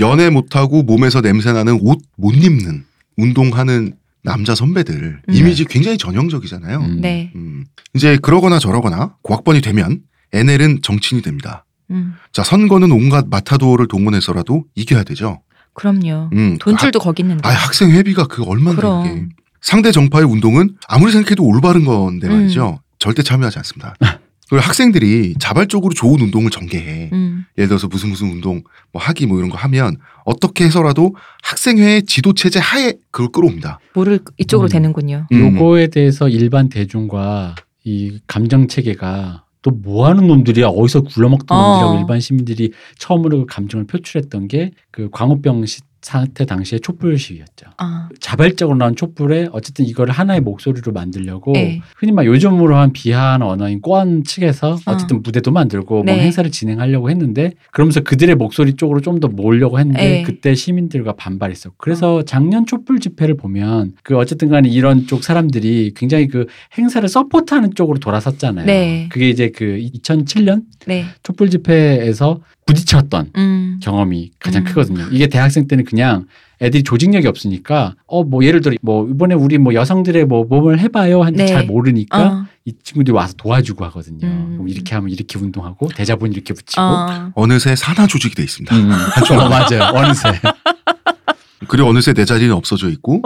연애 못하고 몸에서 냄새나는 옷 못 입는 운동하는 남자 선배들 음. 이미지 굉장히 전형적이잖아요. 음. 네. 음, 이제 그러거나 저러거나 고학번이 되면 NL은 정치인이 됩니다. 음. 자, 선거는 온갖 마타도어를 동원해서라도 이겨야 되죠. 그럼요. 음, 돈줄도 거기 있는데. 아, 학생 회비가 그 얼마나 그럼. 이게. 상대 정파의 운동은 아무리 생각해도 올바른 건데 음. 말이죠. 절대 참여하지 않습니다. 그리고 학생들이 자발적으로 좋은 운동을 전개해. 음. 예를 들어서 무슨 무슨 운동, 뭐 하기 뭐 이런 거 하면 어떻게 해서라도 학생회의 지도체제 하에 그걸 끌어옵니다. 물을 이쪽으로 음. 되는군요. 음. 요거에 대해서 일반 대중과 이 감정 체계가 또 뭐 하는 놈들이야 어디서 굴러먹던 어. 놈들이라고 일반 시민들이 처음으로 그 감정을 표출했던 게 그 광우병 시- 사태 당시의 촛불 시위였죠. 아, 자발적으로 나온 촛불에 어쨌든 이걸 하나의 목소리로 만들려고 네. 흔히 막 요즘으로 한 비하한 언어인 권 측에서 어쨌든 무대도 만들고 뭐 네. 행사를 진행하려고 했는데 그러면서 그들의 목소리 쪽으로 좀 더 모으려고 했는데 네. 어. 그때 시민들과 반발했었고 그래서 작년 촛불 집회를 보면 그 어쨌든 간에 이런 쪽 사람들이 굉장히 그 행사를 서포트하는 쪽으로 돌아섰잖아요. 그 네. 그게 이제 그 2007년 네. 촛불 집회에서 부딪혔던 음. 경험이 가장 음. 크거든요. 이게 대학생 때는 그냥 애들이 조직력이 없으니까 어 뭐 예를 들어 뭐 이번에 우리 뭐 여성들의 뭐 몸을 해봐요 하는데 네. 잘 모르니까 어. 이 친구들이 와서 도와주고 하거든요. 음. 그럼 이렇게 하면 이렇게 운동하고 대자본 이렇게 붙이고. 어. 어느새 산하 조직이 돼 있습니다. 음, 어, 맞아요. 어느새. 그리고 어느새 내 자리는 없어져 있고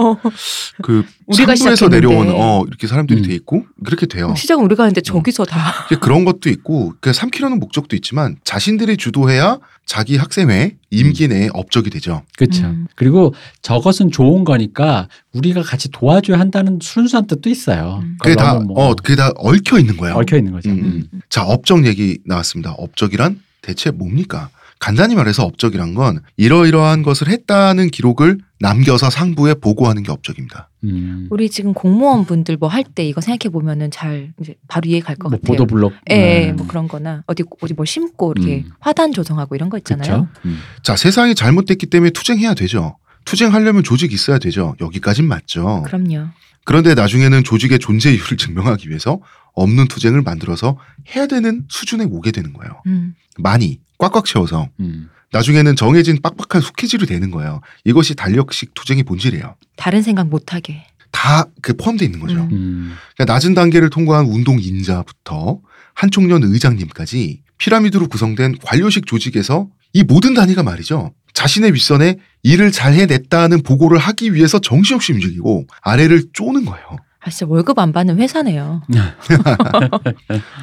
그 우리가 상부에서 시작했는데. 내려온 어 이렇게 사람들이 음. 돼 있고 그렇게 돼요. 어. 시작은 우리가 하는데 저기서 다. 이제 그런 것도 있고 그 삼키려는 목적도 있지만 자신들이 주도해야 자기 학생회 임기 내에 업적이 되죠. 그렇죠. 음. 그리고 저것은 좋은 거니까 우리가 같이 도와줘야 한다는 순수한 뜻도 있어요. 음. 그게 다 그러면 뭐 어, 그게 다 얽혀 있는 거예요. 얽혀 있는 거죠. 음. 음. 자, 업적 얘기 나왔습니다. 업적이란 대체 뭡니까? 간단히 말해서 업적이란 건 이러이러한 것을 했다는 기록을 남겨서 상부에 보고하는 게 업적입니다. 음. 우리 지금 공무원 분들 뭐 할 때 이거 생각해 보면은 잘 이제 바로 이해 갈 것 뭐 같아요. 보도 블록. 예, 예, 음. 뭐 그런거나 어디 어디 뭐 심고 이렇게 음. 화단 조성하고 이런 거 있잖아요. 그렇죠. 음. 자, 세상이 잘못됐기 때문에 투쟁해야 되죠. 투쟁하려면 조직이 있어야 되죠. 여기까진 맞죠. 그럼요 그런데 나중에는 조직의 존재 이유를 증명하기 위해서 없는 투쟁을 만들어서 해야 되는 수준에 오게 되는 거예요. 음. 많이 꽉꽉 채워서 음. 나중에는 정해진 빡빡한 숙회질이 되는 거예요. 이것이 달력식 투쟁의 본질이에요. 다른 생각 못 하게. 다 그 포함되어 있는 거죠. 음. 음. 그러니까 낮은 단계를 통과한 운동 인자부터 한총련 의장님까지 피라미드로 구성된 관료식 조직에서 이 모든 단위가 말이죠. 자신의 윗선에 일을 잘 해냈다는 보고를 하기 위해서 정신없이 움직이고 아래를 쪼는 거예요. 아 진짜 월급 안 받는 회사네요.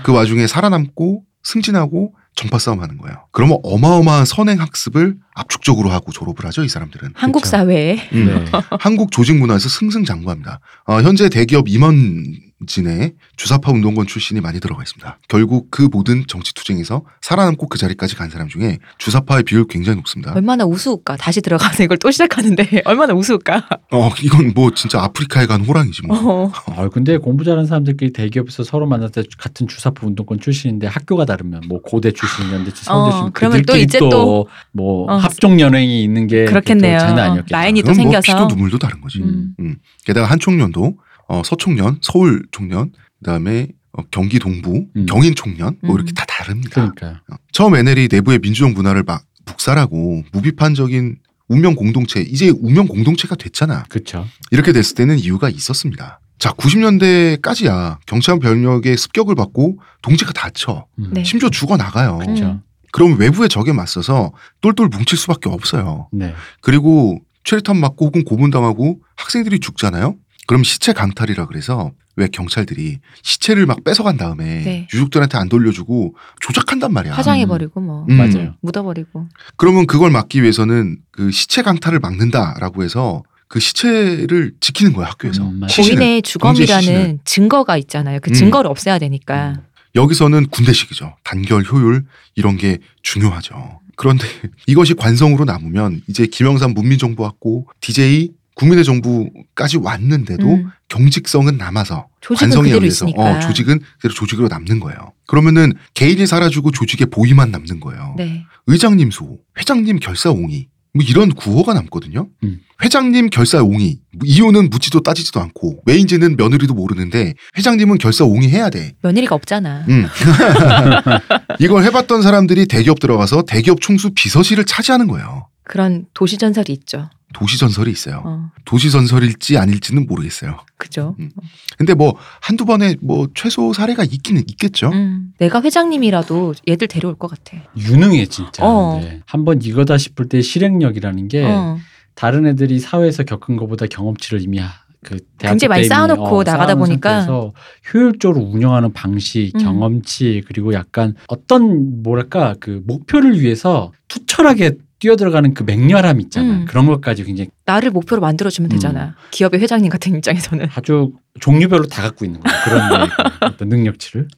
그 와중에 살아남고 승진하고 정파 싸움하는 거예요. 그러면 어마어마한 선행 학습을 압축적으로 하고 졸업을 하죠. 이 사람들은 한국 그쵸. 사회에. 음. 네. 한국 조직 문화에서 승승장구합니다. 어, 현재 대기업 임원진에 주사파 운동권 출신이 많이 들어가 있습니다. 결국 그 모든 정치 투쟁에서 살아남고 그 자리까지 간 사람 중에 주사파의 비율 굉장히 아. 높습니다. 얼마나 우스울까. 다시 들어가서 이걸 또 시작하는데 얼마나 우스울까. 어, 이건 뭐 진짜 아프리카에 간 호랑이지 뭐. 어. 아, 근데 공부 잘하는 사람들끼리 대기업에서 서로 만날 때 같은 주사포 운동권 출신인데 학교가 다르면 뭐 고대 출신이었는데 서울대 어, 출신 그러면 또 그들끼리 이제 또- 뭐 어. 합종 연행이 있는 게 그렇겠네요. 또 장난 아니었겠죠. 라인이 또 그건 뭐 생겨서. 피도 눈물도 다른 거지. 음. 게다가 한총련도 어, 서총련, 서울총련, 그다음에 어, 경기 동부, 음. 경인총련 뭐 이렇게 음. 다 다릅니다. 그러니까 어, 처음 NL이 내부의 민주적 문화를 막 묵살하고 무비판적인 운명 공동체 이제 운명 공동체가 됐잖아. 그렇죠. 이렇게 됐을 때는 이유가 있었습니다. 자, 90년대까지야 경찰 병력의 습격을 받고 동지가 다쳐 음. 네. 음. 심지어 죽어 나가요. 그쵸. 그렇죠. 그럼 외부의 적에 맞서서 똘똘 뭉칠 수밖에 없어요. 네. 그리고 최리탄 맞고 혹은 고문당하고 학생들이 죽잖아요. 그럼 시체 강탈이라 그래서 왜 경찰들이 시체를 막 뺏어간 다음에 네. 유족들한테 안 돌려주고 조작한단 말이야. 화장해 버리고 뭐 음. 맞아요. 묻어버리고. 그러면 그걸 막기 위해서는 그 시체 강탈을 막는다라고 해서 그 시체를 지키는 거야 학교에서. 음, 맞아요. 시신을. 고인의 범죄 주검이라는 시신을. 증거가 있잖아요. 그 음. 증거를 없애야 되니까. 여기서는 군대식이죠. 단결 효율 이런 게 중요하죠. 그런데 이것이 관성으로 남으면 이제 김영삼 문민정부 왔고 DJ 국민의 정부까지 왔는데도 음. 경직성은 남아서 조직은 관성에 그대로 의해서 있으니까. 어, 조직은 그대로 조직으로 남는 거예요. 그러면은 개인이 사라지고 조직의 보이만 남는 거예요. 네. 의장님 수호, 회장님 결사옹이 뭐 이런 구호가 남거든요. 음. 회장님 결사옹이 뭐 이유는 묻지도 따지지도 않고 왜인지는 며느리도 모르는데 회장님은 결사옹이 해야 돼. 며느리가 없잖아. 음. 이걸 해봤던 사람들이 대기업 들어가서 대기업 총수 비서실을 차지하는 거예요. 그런 도시 전설이 있죠. 도시 전설이 있어요. 어, 도시 전설일지 아닐지는 모르겠어요. 그죠. 음. 근데 뭐 한두 번의 뭐 최소 사례가 있기는 있겠죠. 음. 내가 회장님이라도 얘들 데려올 것 같아. 유능해 진짜. 어. 근데 한번 이거다 싶을 때 실행력이라는 게 어. 다른 애들이 사회에서 겪은 것보다 경험치를 이미 하- 그 대학 굉장히 많이 때 이미, 어, 쌓아놓고 나가다 쌓아놓은 보니까. 상태에서 효율적으로 운영하는 방식, 음. 경험치 그리고 약간 어떤 뭐랄까 그 목표를 위해서 투철하게 뛰어들어가는 그 맹렬함 있잖아. 음. 그런 것까지 굉장히 나를 목표로 만들어주면 음. 되잖아. 기업의 회장님 같은 입장에서는 아주 종류별로 다 갖고 있는 거야. 그런 그 어떤 능력치를.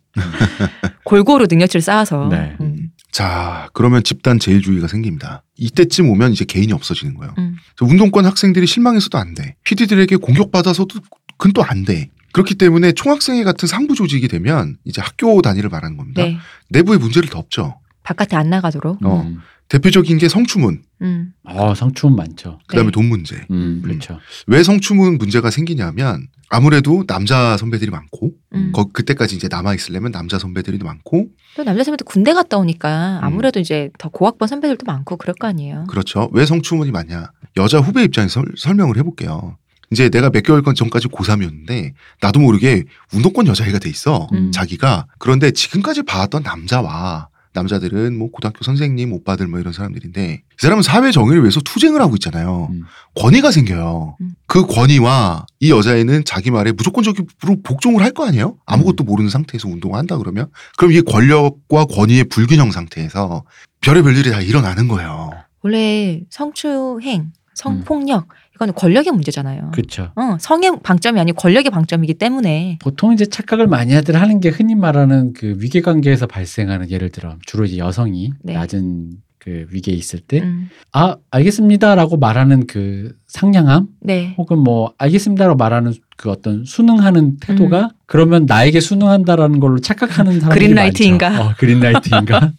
골고루 능력치를 쌓아서. 네. 음. 자, 그러면 집단 제일주의가 생깁니다. 이때쯤 오면 이제 개인이 없어지는 거예요. 음. 저 운동권 학생들이 실망해서도 안 돼. PD들에게 공격받아서도 그건 또 안 돼. 그렇기 때문에 총학생회 같은 상부 조직이 되면 이제 학교 단위를 말하는 겁니다. 네. 내부의 문제를 덮죠. 바깥에 안 나가도록. 어. 음. 대표적인 게 성추문, 음. 어, 상추는 많죠. 그다음에 네. 돈 문제. 음, 그렇죠. 왜 성추문 문제가 생기냐면 아무래도 남자 선배들이 많고 음. 거- 그때까지 이제 남아 있으려면 남자 선배들이 많고 또 남자 선배들 군대 갔다 오니까 음. 아무래도 이제 더 고학번 선배들도 많고 그럴 거 아니에요. 그렇죠. 왜 성추문이 많냐? 여자 후배 입장에서 설- 설명을 해볼게요. 이제 내가 몇 개월 건 전까지 고3이었는데 나도 모르게 운동권 여자애가 돼 있어. 음. 자기가 그런데 지금까지 봐왔던 남자와 남자들은 뭐 고등학교 선생님 오빠들 뭐 이런 사람들인데 이 사람은 사회 정의를 위해서 투쟁을 하고 있잖아요. 음. 권위가 생겨요. 음. 그 권위와 이 여자애는 자기 말에 무조건적으로 복종을 할 거 아니에요? 아무것도 음. 모르는 상태에서 운동을 한다 그러면 그럼 이게 권력과 권위의 불균형 상태에서 별의별 일이 다 일어나는 거예요. 원래 성추행, 음. 성폭력 이건 권력의 문제잖아요. 그렇죠. 어, 성의 방점이 아니고 권력의 방점이기 때문에 보통 이제 착각을 많이 하들 하는 게 흔히 말하는 그 위계 관계에서 발생하는 예를 들어 주로 이제 여성이 네. 낮은 그 위계에 있을 네? 때 아 음, 알겠습니다라고 말하는 그 상냥함 네. 어. 혹은 뭐 알겠습니다라고 말하는 그 어떤 순응하는 태도가 음. 그러면 나에게 순응한다라는 걸로 착각하는 사람들이 그린라이트인가? 많죠. 어, 그린라이트인가?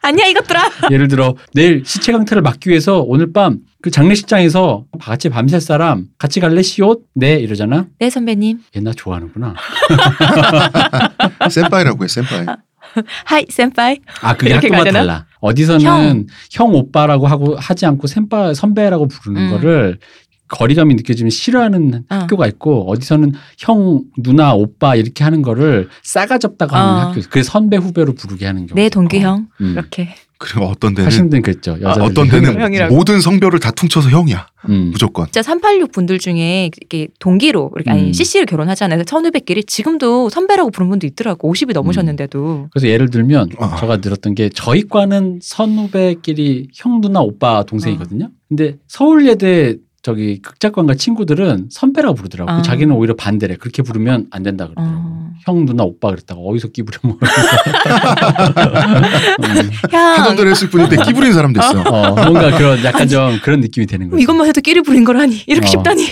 아니야 이것들아. 예를 들어 내일 시체 강퇴를 막기 위해서 오늘 밤 그 장례식장에서 다 같이 밤샐 사람 같이 갈래 시옷 네 이러잖아. 네 선배님. 옛날 좋아하는구나. 센파이라고 해, 센파이. 아. 하이 센파이. 아, 그게 이렇게 가야 학교가 되나? 달라. 어디서는 형. 형. 오빠라고 하고 하지 않고 샘바, 선배라고 부르는 음. 거를 거리감이 느껴지면 어. 싫어하는 그 학교가 있고 어디서는 형, 누나, 오빠 이렇게 하는 거를 싸가 접다고 하는 어. 학교. 그래서 선배 후배로 부르게 하는 어. 경우. 내 네, 동기 형 음. 이렇게. 그리고 어떤 데는 아, 80대 그랬죠. 여자 어떤 데는 형이라고. 모든 성별을 다 퉁쳐서 형이야. 음. 무조건. 진짜 386 분들 중에 이렇게 동기로 이렇게 음. 아니 CC를 결혼하잖아요. 선후배끼리 지금도 선배라고 부르는 분도 있더라고. 50이 넘으셨는데도. 그래서 예를 들면 어. 제가 늘었던 게 저희 과는 선후배끼리 형 누나 오빠 동생이거든요. 아. 근데 서울예대 저기 극작관과 친구들은 선배라고 부르더라고. 요 아. 자기는 오히려 반대래. 그렇게 부르면 안 된다 음. 그러더라고. 어. 형 누나 오빠 그랬다가 어디서 끼부려 먹어. 하던 형. 대로 했을 뿐인데 끼부리는 사람 됐어. 아. 어, 뭔가 그런 약간 좀 그런 느낌이 되는 거죠. 뭐 이것만 해도 끼리 부린 거라니 이렇게 어. 쉽다니.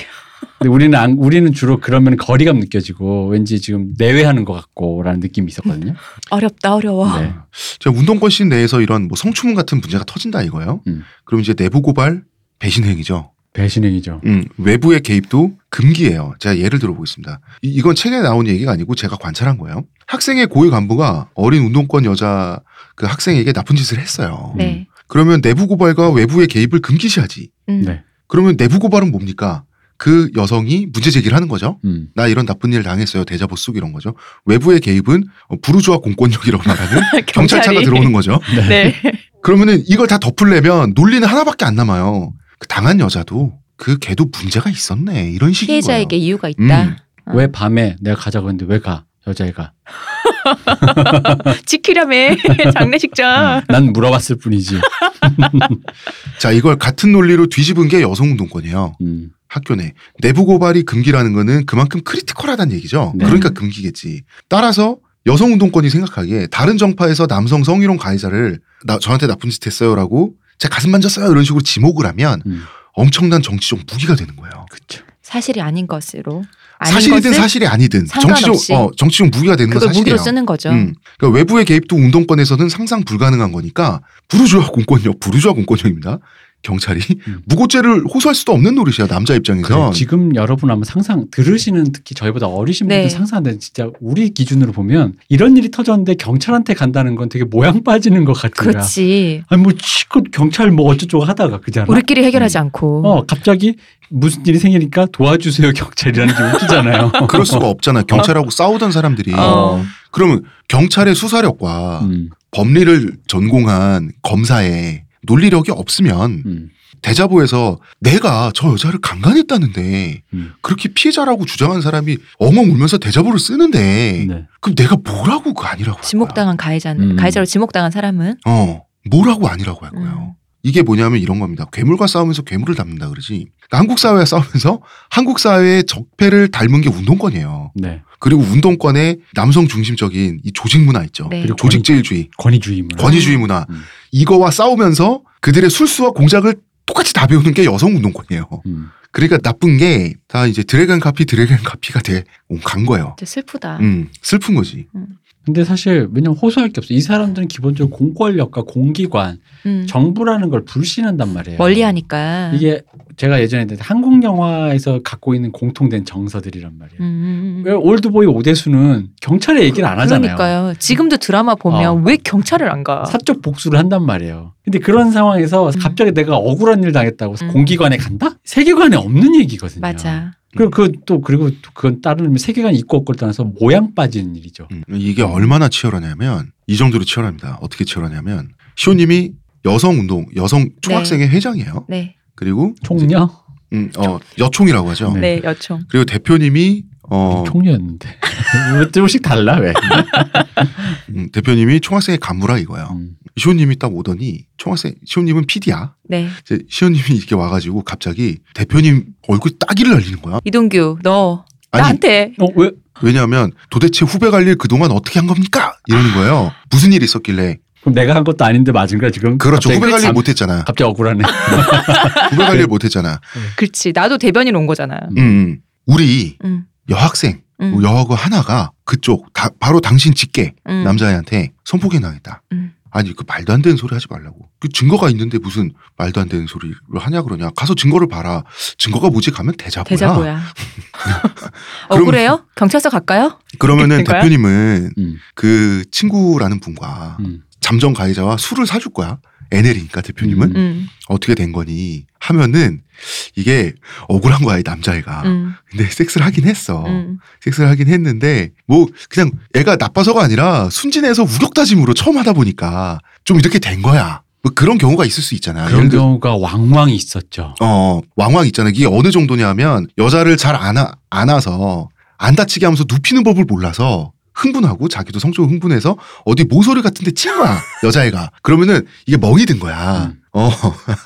근데 우리는 안- 우리는 주로 그러면 거리감 느껴지고 왠지 지금 내외하는 것 같고라는 느낌이 있었거든요. 어렵다 어려워. 네. 제가 아. 운동권 씬 내에서 이런 뭐 성추문 같은 문제가 터진다 이거예요. 음. 그럼 이제 내부 고발 배신행위죠. 배신행위죠. 음, 외부의 개입도 금기예요. 제가 예를 들어보겠습니다. 이- 이건 책에 나온 얘기가 아니고 제가 관찰한 거예요. 학생의 고위 간부가 어린 운동권 여자 그 학생에게 나쁜 짓을 했어요. 네. 그러면 내부 고발과 외부의 개입을 금기시하지. 음. 네. 그러면 내부 고발은 뭡니까? 그 여성이 문제 제기를 하는 거죠. 음. 나 이런 나쁜 일 당했어요. 대자보 쑥 이런 거죠. 외부의 개입은 어, 부르주아 공권력이라고 말하는 경찰차가 경찰이. 들어오는 거죠. 네. 그러면은 이걸 다 덮으려면 논리는 하나밖에 안 남아요. 그 당한 여자도 그 걔도 문제가 있었네. 이런 식인 피해자에게 거예요. 이유가 있다. 음. 어. 왜 밤에 내가 가자고 했는데 왜 가? 여자애가. 지키려며 음. 장례식장. 난 물어봤을 뿐이지. 자, 이걸 같은 논리로 뒤집은 게 여성운동권이에요. 음. 학교 내 내부 고발이 금기라는 거는 그만큼 크리티컬하다는 얘기죠. 네. 그러니까 금기겠지. 따라서 여성 운동권이 생각하기에 다른 정파에서 남성 성희롱 가해자를 나, 저한테 나쁜 짓 했어요라고 제 가슴 만졌어요 이런 식으로 지목을 하면 음. 엄청난 정치적 무기가 되는 거예요. 그렇죠. 사실이 아닌 것으로 아닌 사실이든 것을 사실이 아니든 정치적 상관없이 어, 정치적 무기가 되는 건 그걸 사실이에요. 무기로 쓰는 거죠. 음. 그러니까 외부의 개입도 운동권에서는 상상 불가능한 거니까 부르주아 공권력, 부르주아 공권력입니다. 경찰이 음. 무고죄를 호소할 수도 없는 노릇이야 남자 그래요. 입장에서. 네, 지금 여러분 아마 상상 들으시는 특히 저희보다 어리신 분들 네. 상상 안 되는 진짜 우리 기준으로 보면 이런 일이 터졌는데 경찰한테 간다는 건 되게 모양 빠지는 것 같은 거야. 그렇지. 아니 뭐 치고 경찰 뭐 어쩌고저쩌고 하다가 그잖아. 우리끼리 해결하지 않고 어 갑자기 무슨 일이 생기니까 도와주세요 경찰이라는 게 웃기잖아요. 그럴 수가 없잖아. 경찰하고 싸우던 사람들이. 어. 그러면 경찰의 수사력과 음, 법리를 전공한 검사의 논리력이 없으면 음, 대자보에서 내가 저 여자를 강간했다는데 음. 그렇게 피해자라고 주장한 사람이 엉엉 울면서 대자보를 쓰는데 네. 그럼 내가 뭐라고 그 아니라고 할 거야. 지목당한 가해자는 음. 가해자로 지목당한 사람은 어 뭐라고 아니라고 할 거예요. 음. 이게 뭐냐면 이런 겁니다. 괴물과 싸우면서 괴물을 닮는다 그러지. 그러니까 한국 사회와 싸우면서 한국 사회의 적폐를 닮은 게 운동권이에요. 네. 그리고 운동권의 남성 중심적인 이 조직 문화 있죠. 네. 어, 그리고 조직제일주의. 권위주의 문화. 권위주의 문화 음. 이거와 싸우면서 그들의 술수와 공작을 똑같이 다 배우는 게 여성 운동권이에요. 음. 그러니까 나쁜 게 다 이제 드래곤 카피 드래곤 카피가 돼간 거예요. 진짜 슬프다. 음 슬픈 거지. 근데 사실 왜냐면 호소할 게 없어. 이 사람들은 기본적으로 공권력과 공기관, 음. 정부라는 걸 불신한단 말이에요. 멀리하니까. 이게 제가 예전에 한국 영화에서 갖고 있는 공통된 정서들이란 말이에요. 음, 음, 음. 왜 올드보이 오대수는 경찰에 얘기를 안 하잖아요. 그러니까요. 지금도 드라마 보면 어. 왜 경찰을 안 아. 가? 사적 복수를 한단 말이에요. 근데 그런 상황에서 음. 갑자기 내가 억울한 일 당했다고 음. 공기관에 간다? 세계관에 없는 얘기거든요. 맞아. 음. 그리고 그또 그리고 또 그건 다른 의미 세계관 있고 없고를 떠나서 모양 빠지는 일이죠. 음, 이게 얼마나 치열하냐면 이 정도로 치열합니다. 어떻게 치열하냐면 시호님이 여성 운동 여성 총학생회 회장이에요. 네, 그리고 총녀? 음, 어, 여총이라고 하죠. 네. 네 여총. 그리고 대표님이 어, 총녀였는데. 왜 조금씩 달라 왜? 음, 대표님이 총학생회 간부라 이거예요. 음. 시호님이 딱 오더니 총학생 시호님은 PD야. 네 시호님이 이렇게 와가지고 갑자기 대표님 얼굴 따기를 날리는 거야. 이동규 너 아니, 나한테 어, 왜? 왜냐하면 도대체 후배 관리를 그동안 어떻게 한 겁니까? 이러는 거예요. 무슨 일이 있었길래. 그럼 내가 한 것도 아닌데 맞은 거야 지금? 그렇죠. 갑자기 후배 관리를 참- 못했잖아. 갑자기 억울하네. 후배 관리를 못했잖아. 그렇지 나도 대변인 온 거잖아. 음. 음, 음. 우리 음, 여학생, 음, 여학원 하나가 그쪽, 다- 바로 당신 직계 음. 남자애한테 손폭행 당했다. 음. 아니, 그 말도 안 되는 소리 하지 말라고. 그 증거가 있는데 무슨 말도 안 되는 소리를 하냐 그러냐. 가서 증거를 봐라. 증거가 뭐지? 가면 대자보야. 대자보야. 억울해요? 경찰서 갈까요? 그러면은 된 거야? 대표님은 음, 그 친구라는 분과 음. 잠정 가해자와 술을 사줄 거야. NL이니까 대표님은. 음. 음, 어떻게 된 거니 하면은 이게 억울한 거야 이 남자애가 음, 근데 섹스를 하긴 했어 음. 섹스를 하긴 했는데 뭐 그냥 애가 나빠서가 아니라 순진해서 우격다짐으로 처음 하다 보니까 좀 이렇게 된 거야 뭐 그런 경우가 있을 수 있잖아 그런 예를 들어 경우가 왕왕 있었죠. 어 왕왕 있잖아 이게 어느 정도냐면 여자를 잘 안아 안아서 안 다치게 하면서 눕히는 법을 몰라서 흥분하고 자기도 성적으로 흥분해서 어디 모서리 같은데 친 거야 여자애가 그러면은 이게 멍이 든 거야 음. 어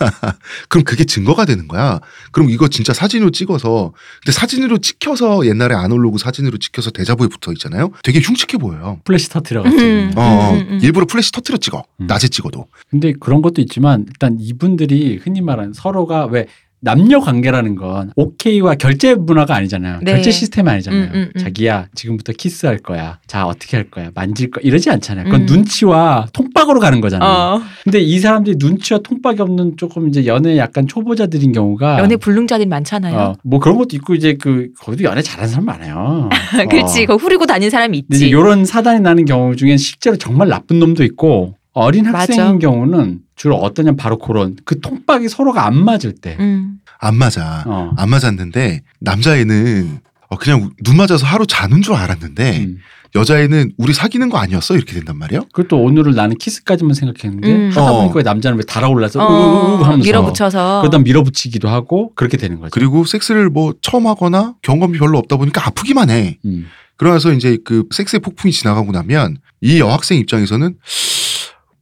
그럼 그게 증거가 되는 거야 그럼 이거 진짜 사진으로 찍어서 근데 사진으로 찍혀서 옛날에 안 올르고 사진으로 찍혀서 대자보에 붙어 있잖아요 되게 흉측해 보여요 플래시 터트려 가지고. 음. 어, 어 음, 음, 음. 일부러 플래시 터트려 찍어 음. 낮에 찍어도 근데 그런 것도 있지만 일단 이분들이 흔히 말하는 서로가 왜 남녀 관계라는 건 오케이와 결제 문화가 아니잖아요. 네. 결제 시스템 아니잖아요. 음, 음, 음. 자기야 지금부터 키스할 거야. 자 어떻게 할 거야. 만질 거야. 이러지 않잖아요. 그건 음. 눈치와 통박으로 가는 거잖아요. 어, 근데 이 사람들이 눈치와 통박이 없는 조금 이제 연애 약간 초보자들인 경우가 연애 불능자들이 많잖아요. 어, 뭐 그런 것도 있고 이제 그 거기도 연애 잘하는 사람 많아요. 그렇지 어. 그거 후리고 다닌 사람이 근데 이제 있지. 이런 사단이 나는 경우 중엔 실제로 정말 나쁜 놈도 있고 어린 맞아. 학생인 경우는 주로 어떠냐 바로 그런 그 통박이 서로가 안 맞을 때. 음, 안 맞아 어. 안 맞았는데 남자애는 어, 그냥 눈 맞아서 하루 자는 줄 알았는데 음. 여자애는 우리 사귀는 거 아니었어 이렇게 된단 말이에요. 그것도 오늘은 나는 키스까지만 생각했는데 음. 하다 어. 보니까 남자는 왜 달아올라서 으으으 어, 하면서 밀어붙여서 그러다 밀어붙이기도 하고 그렇게 되는 거죠. 그리고 섹스를 뭐 처음 하거나 경험이 별로 없다 보니까 아프기만 해. 음. 그러면서 이제 그 섹스의 폭풍이 지나가고 나면 이 여학생 입장에서는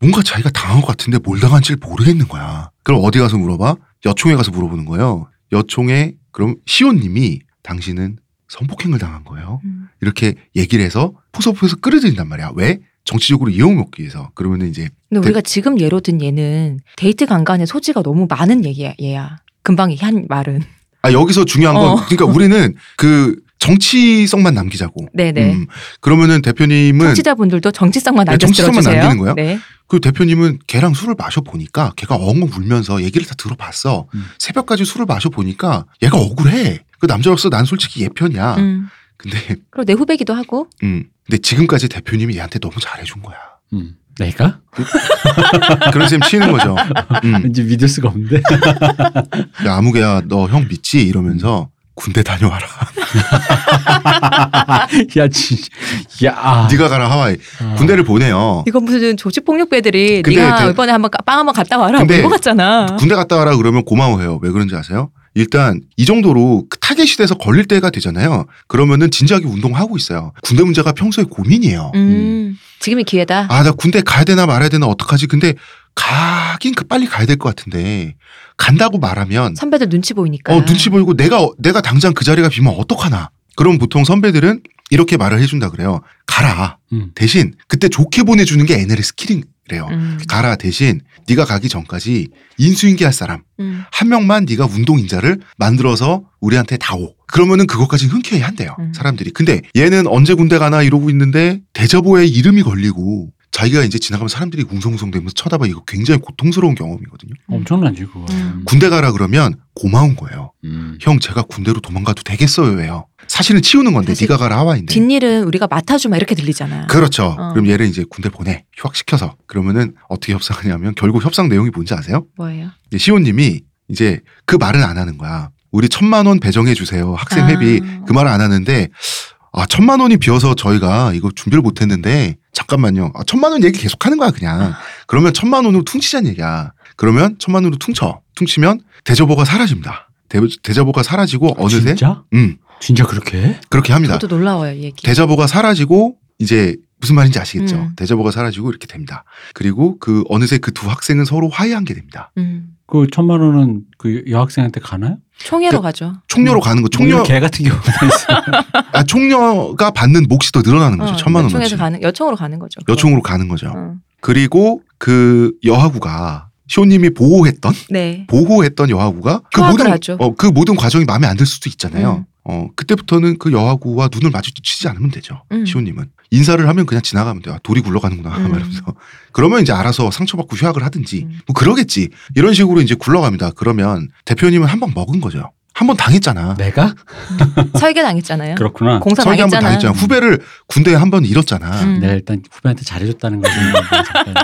뭔가 자기가 당한 것 같은데 뭘 당한지 모르겠는 거야. 그럼 어디 가서 물어봐? 여총에 가서 물어보는 거예요. 여총에 그럼 시온님이 당신은 성폭행을 당한 거예요. 음. 이렇게 얘기를 해서 포서포에서 끌어들인단 말이야. 왜? 정치적으로 이용먹기 위해서. 그러면 이제 근데 우리가 지금 예로 든 얘는 데이트 간간의 소지가 너무 많은 얘기야, 얘야. 금방 얘기한 말은. 아 여기서 중요한 건 어. 그러니까 우리는 그 정치성만 남기자고. 네네. 음, 그러면은 대표님은 청취자분들도 음. 정치성만 네, 남겨 정치성만 들어주세요. 남기는 거예요? 네. 그 대표님은 걔랑 술을 마셔 보니까 걔가 엉엉 울면서 얘기를 다 들어봤어. 음. 새벽까지 술을 마셔 보니까 얘가 억울해. 그 남자로서 난 솔직히 얘 편이야. 음. 근데 그리고 내 후배기도 하고 음, 근데 지금까지 대표님이 얘한테 너무 잘해준 거야. 음. 내가? 그런 셈 치는 거죠. 음. 왠지 믿을 수가 없는데. 야, 아무개야, 너 형 믿지? 이러면서 군대 다녀와라. 야, 진짜. 야. 네가 가라 하와이. 아. 군대를 보내요. 이건 무슨 조직폭력배들이 근데 네가 그- 이번에 한번 가- 빵 한번 갔다 와라 근데 뭐 이거 같잖아. 군대 갔다 와라 그러면 고마워해요. 왜 그런지 아세요? 일단 이 정도로 그 타겟이 돼서 걸릴 때가 되잖아요. 그러면은 진지하게 운동하고 있어요. 군대 문제가 평소에 고민이에요. 음. 지금이 기회다. 아, 나 군대 가야 되나 말아야 되나 어떡하지? 근데 가긴 그 빨리 가야 될 것 같은데 간다고 말하면 선배들 눈치 보이니까. 어, 눈치 보이고 내가 어- 내가 당장 그 자리가 비면 어떡하나? 그럼 보통 선배들은 이렇게 말을 해준다 그래요. 가라. 음. 대신 그때 좋게 보내주는 게 NL의 스킬이래요. 음. 가라 대신 네가 가기 전까지 인수인계할 사람 음. 한 명만 네가 운동인자를 만들어서 우리한테 다오. 그러면은 그것까지 흔쾌히 한대요. 음. 사람들이. 근데 얘는 언제 군대 가나 이러고 있는데 대자보에 이름이 걸리고 자기가 이제 지나가면 사람들이 웅성웅성대면서 쳐다봐 이거 굉장히 고통스러운 경험이거든요. 엄청나지, 그거. 음. 군대 가라 그러면 고마운 거예요. 음. 형 제가 군대로 도망가도 되겠어요 예요 사실은 치우는 건데 사실 네가 가라 하와인데 뒷일은 우리가 맡아주마 이렇게 들리잖아. 그렇죠 어. 그럼 얘를 이제 군대 보내 휴학시켜서 그러면은 어떻게 협상하냐면 결국 협상 내용이 뭔지 아세요? 뭐예요? 이제 시호님이 이제 그 말은 안 하는 거야 우리 천만 원 배정해 주세요 학생 아. 회비 그 말을 안 하는데 아 천만 원이 비어서 저희가 이거 준비를 못 했는데 잠깐만요 아 천만 원 얘기 계속 하는 거야 그냥 그러면 천만 원으로 퉁치자는 얘기야 그러면 천만 원으로 퉁쳐 퉁치면 대저보가 사라집니다 대, 대저보가 사라지고 어느새 아, 진짜? 음 진짜 그렇게 해? 그렇게 합니다 저도 놀라워요 이 얘기. 대자보가 사라지고 이제 무슨 말인지 아시겠죠? 음. 대자보가 사라지고 이렇게 됩니다. 그리고 그 어느새 그 두 학생은 서로 화해한 게 됩니다. 음. 그 천만 원은 그 여학생한테 가나요? 총회로 대- 가죠. 음. 총녀로 가는 거 총녀 개 같은 경우가 있어. 아 총녀가 받는 몫이 더 늘어나는 거죠. 어, 천만 여총에서 원어치 가는 여총으로 가는 거죠. 여총으로 가는 거죠. 어. 그리고 그 여하구가 시호님이 보호했던 네. 보호했던 여하구가 그 휴학을 모든 하죠. 어, 그 모든 과정이 마음에 안 들 수도 있잖아요. 음. 어 그때부터는 그 여하구와 눈을 마주치지 않으면 되죠. 음. 시호님은 인사를 하면 그냥 지나가면 돼요. 아, 돌이 굴러가는구나 음. 말하면서 그러면 이제 알아서 상처받고 휴학을 하든지 음. 뭐 그러겠지 이런 식으로 이제 굴러갑니다. 그러면 대표님은 한 번 먹은 거죠. 한 번 당했잖아. 네. 내가? 설계 당했잖아요. 그렇구나. 공사 설계 한 번 당했잖아. 당했잖아. 후배를 군대에 한 번 잃었잖아. 음. 내가 일단 후배한테 잘해줬다는 거지. 잠깐.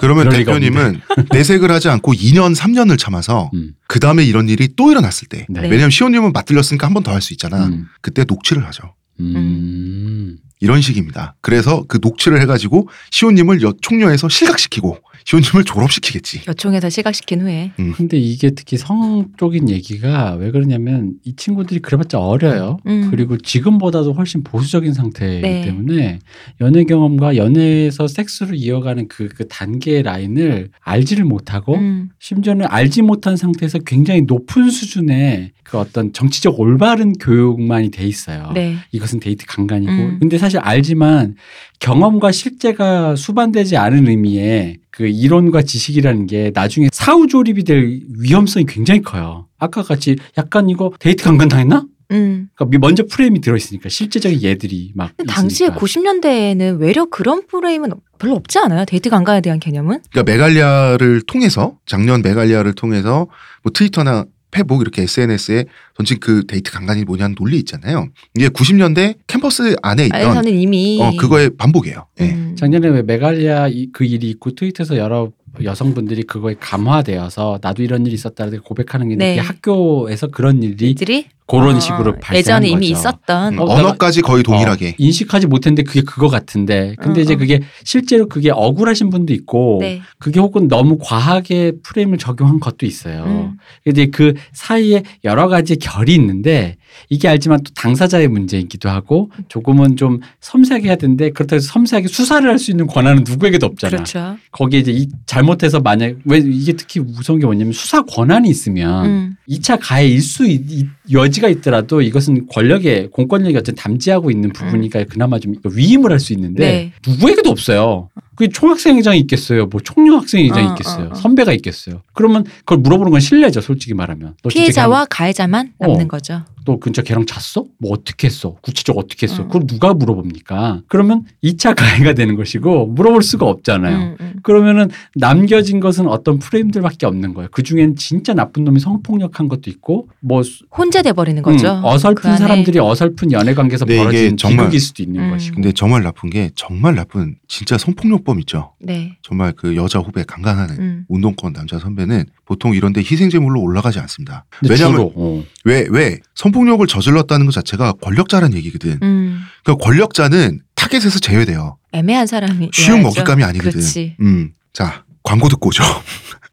그러면 그럴 리가 대표님은 내색을 하지 않고 2년 3년을 참아서 음. 그 다음에 이런 일이 또 일어났을 때 네. 왜냐면 시호님은 맞들렸으니까 한 번 더 할 수 있잖아. 음. 그때 녹취를 하죠. 음. 이런 식입니다. 그래서 그 녹취를 해가지고 시호님을 여- 총녀에서 실각시키고 시호님을 졸업시키겠지. 여총에서 시각시킨 후에. 근데 이게 특히 성 쪽인 얘기가 왜 그러냐면 이 친구들이 그래봤자 어려요. 음. 그리고 지금보다도 훨씬 보수적인 상태이기 네. 때문에 연애 경험과 연애에서 섹스로 이어가는 그, 그 단계의 라인을 알지를 어? 못하고 음. 심지어는 알지 못한 상태에서 굉장히 높은 수준의 그 어떤 정치적 올바른 교육만이 돼 있어요. 아. 네. 이것은 데이트 강간이고 음. 근데 사실 알지만 경험과 실제가 수반되지 않은 의미의 그 이론과 지식이라는 게 나중에 사후 조립이 될 위험성이 굉장히 커요. 아까 같이 약간 이거 데이트 강간 당했나? 음. 그러니까 미- 먼저 프레임이 들어 있으니까 실제적인 얘들이 막 근데 당시에 있으니까. 90년대에는 외려 그런 프레임은 별로 없지 않아요? 데이트 강간에 대한 개념은? 그러니까 메갈리아를 통해서 작년 메갈리아를 통해서 뭐 트위터나 페북 이렇게 SNS에 전체 그 데이트 강간이 뭐냐는 논리 있잖아요. 이게 90년대 캠퍼스 안에 있던 안에서는 이미 어 그거의 반복이에요. 예. 아, 음. 작년에 왜 메갈리아 이- 그 일이 있고 트위터에서 여러 여성분들이 그거에 감화되어서 나도 이런 일이 있었다라고 고백하는 게 네. 이게 학교에서 그런 일이 들이 어, 그런 식으로 발생한 예전에 이미 거죠. 있었던 음, 어, 언어까지 거의 동일하게. 어, 인식하지 못했는데 그게 그거 같은데 근데 어, 이제 어. 그게 실제로 그게 억울하신 분도 있고 네. 그게 혹은 너무 과하게 프레임을 적용한 것도 있어요 음. 근데 그 사이에 여러 가지 결이 있는데 이게 알지만 또 당사자의 문제이기도 하고 조금은 좀 섬세하게 해야 되는데 그렇다고 해서 섬세하게 수사를 할 수 있는 권한은 누구에게도 없잖아 그렇죠. 거기에 이제 이 잘못해서 만약 왜 이게 특히 무서운 게 뭐냐면 수사 권한이 있으면 음. 2차 가해일 수 있- 있- 여지가 있더라도 이것은 권력의 공권력이 어쨌든 담지하고 있는 부분이니까 그나마 좀 위임을 할 수 있는데 음. 네. 누구에게도 없어요. 그게 총학생회장이 있겠어요. 뭐 총영학생회장이 어, 있겠어요. 어, 어. 선배가 있겠어요. 그러면 그걸 물어보는 건 신뢰죠. 솔직히 말하면. 너 진짜 피해자와 가해자만 남는 뭐 어. 거죠. 너 근처 걔랑 잤어? 뭐 어떻게 했어? 구체적으로 어떻게 했어? 음. 그걸 누가 물어봅니까? 그러면 2차 가해가 되는 것이고 물어볼 수가 없잖아요. 음, 음. 그러면은 남겨진 것은 어떤 프레임들밖에 없는 거예요. 그 중엔 진짜 나쁜 놈이 성폭력한 것도 있고 뭐 수- 혼자 돼버리는 음, 거죠. 어설픈 그 안에. 사람들이 어설픈 연애 관계에서 네, 이게 벌어진 정말- 비극일 수도 있는 음. 것이고. 근데 정말 나쁜 게 정말 나쁜 진짜 성폭력범 있죠. 네. 정말 그 여자 후배 강간하는 음. 운동권 남자 선배는 보통 이런데 희생제물로 올라가지 않습니다. 근데 왜냐하면 주로, 어. 왜 왜 성폭력을 저질렀다는 것 자체가 권력자란 얘기거든. 음. 그러니까 권력자는 타겟에서 제외돼요. 애매한 사람이. 쉬운 먹잇감이 아니거든. 그렇지. 음, 자 광고 듣고 오죠.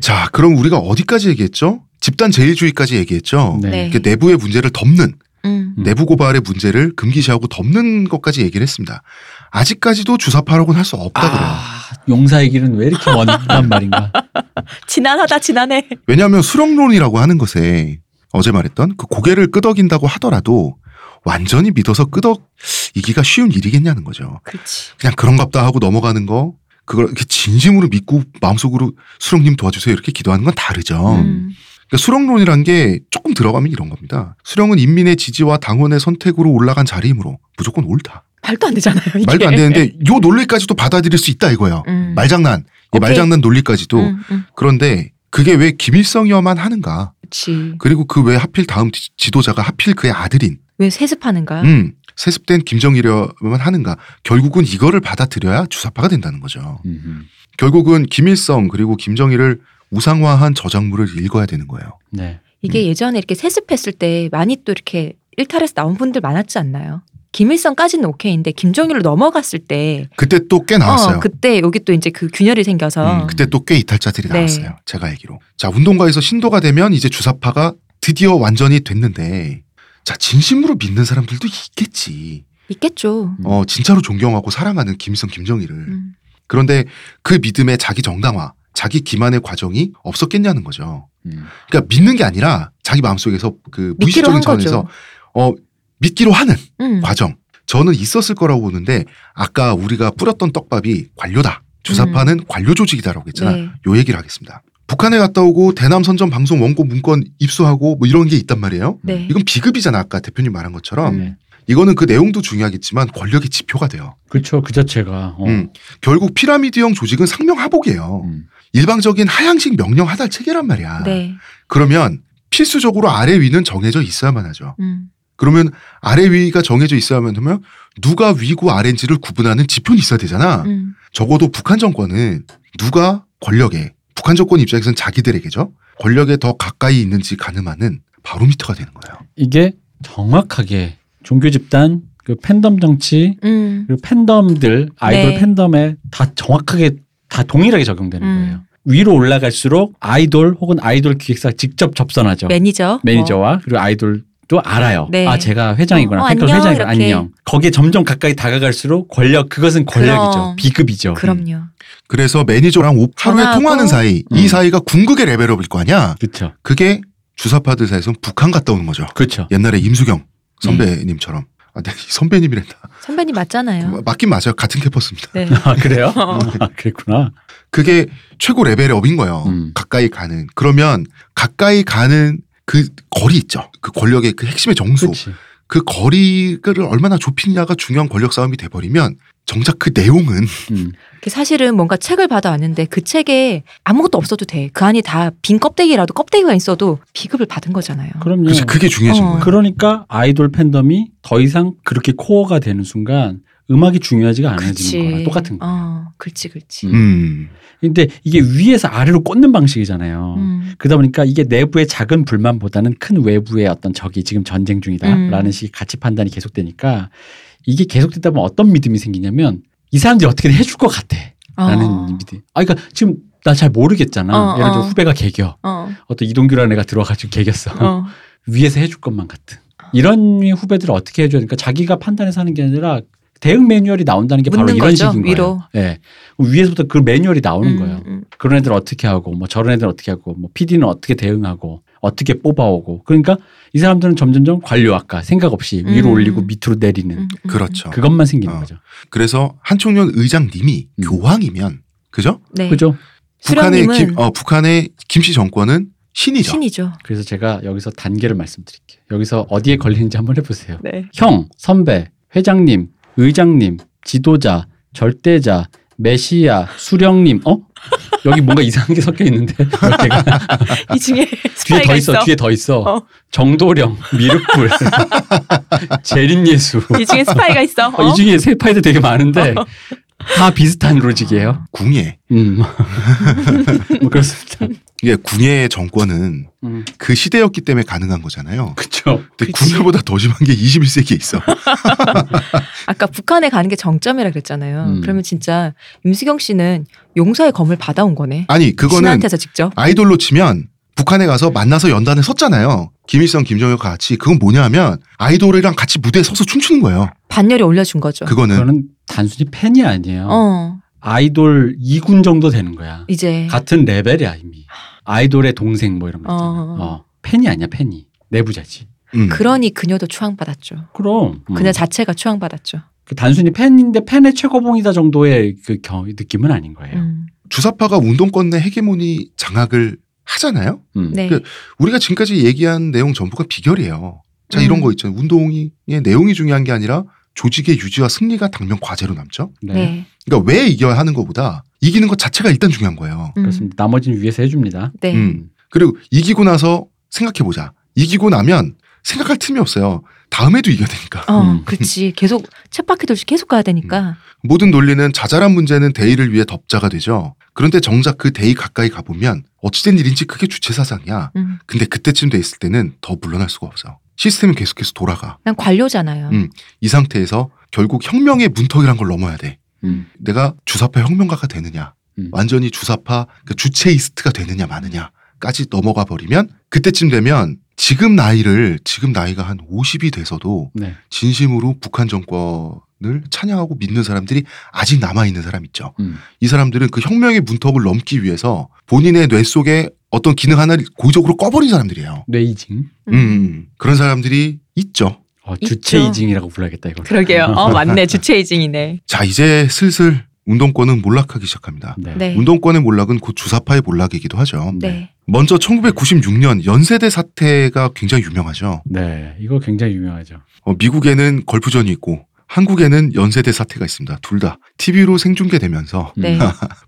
자 그럼 우리가 어디까지 얘기했죠? 집단 제일주의까지 얘기했죠. 네. 네. 그 내부의 문제를 덮는 음. 음. 내부 고발의 문제를 금기시하고 덮는 것까지 얘기를 했습니다. 아직까지도 주사파라고는 할 수 없다 그래요. 아, 용사의 길은 왜 이렇게 먼단 말인가? 지난하다 지난해. 왜냐하면 수렁론이라고 하는 것에 어제 말했던 그 고개를 끄덕인다고 하더라도 완전히 믿어서 끄덕이기가 쉬운 일이겠냐는 거죠. 그렇지. 그냥 그런갑다 하고 넘어가는 거 그걸 이렇게 진심으로 믿고 마음속으로 수렁님 도와주세요 이렇게 기도하는 건 다르죠. 음. 그러니까 수령론이란 게 조금 들어가면 이런 겁니다. 수령은 인민의 지지와 당원의 선택으로 올라간 자리이므로 무조건 옳다. 말도 안 되잖아요. 이게. 말도 안 되는데 요 논리까지도 받아들일 수 있다 이거예요. 음. 말장난, 이 오케이. 말장난 논리까지도 음, 음. 그런데 그게 왜 김일성이어만 하는가? 그렇지. 그리고 그 왜 하필 다음 지- 지도자가 하필 그의 아들인 왜 세습하는가? 음, 세습된 김정일이어만 하는가? 결국은 이거를 받아들여야 주사파가 된다는 거죠. 음, 음. 결국은 김일성 그리고 김정일을 우상화한 저작물을 읽어야 되는 거예요. 네. 이게 예전에 이렇게 세습했을 때 많이 또 이렇게 일탈해서 나온 분들 많았지 않나요? 김일성까지는 오케이인데 김정일로 넘어갔을 때 그때 또 꽤 나왔어요. 어, 그때 여기 또 이제 그 균열이 생겨서 음, 그때 또 꽤 이탈자들이 네. 나왔어요. 제가 알기로. 자, 운동가에서 신도가 되면 이제 주사파가 드디어 완전히 됐는데, 자, 진심으로 믿는 사람들도 있겠지. 있겠죠. 음. 어, 진짜로 존경하고 사랑하는 김일성, 김정일을. 음. 그런데 그 믿음의 자기 정당화, 자기 기만의 과정이 없었겠냐는 거죠. 음. 그러니까 믿는 게 아니라 자기 마음속에서 그 믿기로 무의식적인 한 차원에서 거죠. 어, 믿기로 하는 음. 과정. 저는 있었을 거라고 보는데 아까 우리가 뿌렸던 떡밥이 관료다. 주사파는 관료 조직이다라고 했잖아. 음. 네. 요 얘기를 하겠습니다. 북한에 갔다 오고 대남 선전 방송 원고 문건 입수하고 뭐 이런 게 있단 말이에요. 네. 음, 이건 비급이잖아. 아까 대표님 말한 것처럼. 음. 네. 이거는 그 내용도 중요하겠지만 권력의 지표가 돼요. 그렇죠. 그 자체가. 어. 음. 결국 피라미드형 조직은 상명하복이에요. 음. 일방적인 하향식 명령 하달 체계란 말이야. 네. 그러면 필수적으로 아래 위는 정해져 있어야만 하죠. 음. 그러면 아래 위가 정해져 있어야만 하면 누가 위고 아래인지를 구분하는 지표는 있어야 되잖아. 음. 적어도 북한 정권은 누가 권력에 북한 정권 입장에서는 자기들에게죠 권력에 더 가까이 있는지 가늠하는 바로미터가 되는 거예요. 이게 정확하게 종교 집단, 그 팬덤 정치, 음. 그리고 팬덤들 아이돌 네. 팬덤에 다 정확하게 다 동일하게 적용되는 음. 거예요. 위로 올라갈수록 아이돌 혹은 아이돌 기획사 직접 접선하죠. 매니저. 뭐. 매니저와 그리고 아이돌도 알아요. 네. 아 제가 회장이구나. 어, 어, 팬클럽 안녕, 회장이구나. 이렇게. 안녕. 거기에 점점 가까이 다가갈수록 권력 그것은 권력이죠. 그럼. 비급이죠. 그럼요. 그래서 매니저랑 오- 하루에 전화하고. 통하는 사이 이 음. 사이가 궁극의 레벨업일 거 아니야. 그렇죠. 그게 주사파들 사이에서는 북한 갔다 오는 거죠. 그렇죠. 옛날에 임수경 선배님처럼. 아, 네, 선배님이란다. 선배님 맞잖아요. 맞긴 맞아요. 같은 캠퍼스입니다. 어. 네. 아 그래요? 아, 그랬구나. 그게 최고 레벨업인 거예요. 음. 가까이 가는. 그러면 가까이 가는 그 거리 있죠. 그 권력의 그 핵심의 정수. 그렇지. 그 거리를 얼마나 좁히냐가 중요한 권력 싸움이 돼버리면 정작 그 내용은 음. 그 사실은 뭔가 책을 받아왔는데 그 책에 아무것도 없어도 돼. 그 안이 다 빈 껍데기라도 껍데기가 있어도 비급을 받은 거잖아요. 그럼요. 그치, 그게 중요해진 어. 거예요. 그러니까 아이돌 팬덤이 더 이상 그렇게 코어가 되는 순간 음악이 중요하지가 않아지는 그치. 거랑 똑같은 거예요. 어, 그렇지, 그렇지. 음. 음. 근데 이게 위에서 아래로 꽂는 방식이잖아요. 음. 그러다 보니까 이게 내부의 작은 불만보다는 큰 외부의 어떤 적이 지금 전쟁 중이다라는 음. 식의 가치 판단이 계속되니까 이게 계속되다 보면 어떤 믿음이 생기냐면 이 사람들이 어떻게든 해줄 것 같아. 라는 어. 믿음. 아, 그러니까 지금 나 잘 모르겠잖아. 어, 예를 들어 어. 후배가 개겨. 어, 어떤 이동규라는 애가 들어와가지고 개겼어. 어. 음, 위에서 해줄 것만 같은. 이런 류의 후배들을 어떻게 해줘야 되니까 자기가 판단해서 하는 게 아니라 대응 매뉴얼이 나온다는 게 바로 묻는 이런 거죠, 식인 위로. 거예요. 예. 위에서부터 그 매뉴얼이 나오는 음, 거예요. 음. 그런 애들 어떻게 하고 뭐 저런 애들 어떻게 하고 뭐 PD는 어떻게 대응하고 어떻게 뽑아오고 그러니까 이 사람들은 점점점 관료 아까 생각 없이 위로 음. 올리고 밑으로 내리는 음, 음. 그렇죠. 그것만 생기는 어. 거죠. 그래서 한총련 의장님이 음. 교황이면 그죠? 네. 그죠? 북한의 수령님은 김, 어, 북한의 김씨 정권은 신이죠. 신이죠. 그래서 제가 여기서 단계를 말씀드릴게요. 여기서 어디에 걸리는지 한번 해보세요. 네. 형, 선배, 회장님, 의장님, 지도자, 절대자, 메시아, 수령님, 어? 여기 뭔가 이상한 게 섞여 있는데 몇 개가. 이 중에 뒤에 스파이가 더 있어. 있어, 뒤에 더 있어. 어. 정도령, 미륵불, 재림예수. 이 중에 스파이가 있어. 어, 어? 이 중에 세 파이도 되게 많은데 다 비슷한 로직이에요. 궁예. 음, 뭐 그렇습니다. 이게 궁예의 정권은 음, 그 시대였기 때문에 가능한 거잖아요. 그렇죠. 근데 그치. 궁예보다 더 심한 게 21세기에 있어. 아까 북한에 가는 게 정점이라 그랬잖아요. 음. 그러면 진짜 임수경 씨는 용서의 검을 받아온 거네. 아니 그거는 신한테서 직접. 아이돌로 치면 북한에 가서 만나서 연단에 섰잖아요. 김일성, 김정일과 같이 그건 뭐냐면 아이돌이랑 같이 무대에 서서 춤추는 거예요. 반열이 올려준 거죠. 그거는 그거는 단순히 팬이 아니에요. 어, 예. 아이돌 2군 정도 되는 거야. 이제. 같은 레벨이야 이미. 아이돌의 동생 뭐 이런 거 있잖아. 어. 어. 팬이 아니야 팬이. 내부자지. 음. 그러니 그녀도 추앙받았죠. 그럼. 음. 그녀 자체가 추앙받았죠. 그 단순히 팬인데 팬의 최고봉이다 정도의 그 겨- 느낌은 아닌 거예요. 음. 주사파가 운동권 내 헤게모니 장악을 하잖아요. 음. 네. 그- 우리가 지금까지 얘기한 내용 전부가 비결이에요. 자 이런 음. 거 있잖아요. 운동의 내용이 중요한 게 아니라 조직의 유지와 승리가 당면 과제로 남죠. 네. 네. 그러니까 왜 이겨야 하는 것보다 이기는 것 자체가 일단 중요한 거예요. 음. 그렇습니다. 나머지는 위에서 해줍니다. 네. 음. 그리고 이기고 나서 생각해 보자. 이기고 나면 생각할 틈이 없어요. 다음에도 이겨야 되니까. 어, 음. 그렇지. 계속 쳇바퀴 돌씩 계속 가야 되니까. 모든 논리는 자잘한 문제는 대의를 위해 덮자가 되죠. 그런데 정작 그 대의 가까이 가보면 어찌된 일인지 그게 주체 사상이야. 음. 근데 그때쯤 돼 있을 때는 더 물러날 수가 없어. 시스템이 계속해서 돌아가. 난 관료잖아요. 음. 이 상태에서 결국 혁명의 문턱이란 걸 넘어야 돼. 음. 내가 주사파 혁명가가 되느냐, 음. 완전히 주사파 그 주체이스트가 되느냐 마느냐까지 넘어가 버리면 그때쯤 되면 지금 나이를 지금 나이가 한 50이 돼서도 네. 진심으로 북한 정권을 찬양하고 믿는 사람들이 아직 남아 있는 사람 있죠. 음. 이 사람들은 그 혁명의 문턱을 넘기 위해서 본인의 뇌 속에 어떤 기능 하나를 고의적으로 꺼버린 사람들이에요. 뇌이징. 음, 그런 사람들이 있죠. 어, 있죠. 주체이징이라고 불러야겠다 이거. 그러게요. 어, 맞네. 주체이징이네. 자 이제 슬슬 운동권은 몰락하기 시작합니다. 네. 네. 운동권의 몰락은 곧 주사파의 몰락이기도 하죠. 네. 먼저 1996년 연세대 사태가 굉장히 유명하죠. 네. 이거 굉장히 유명하죠. 어, 미국에는 걸프전이 있고 한국에는 연세대 사태가 있습니다. 둘 다 TV로 생중계되면서 음. 네.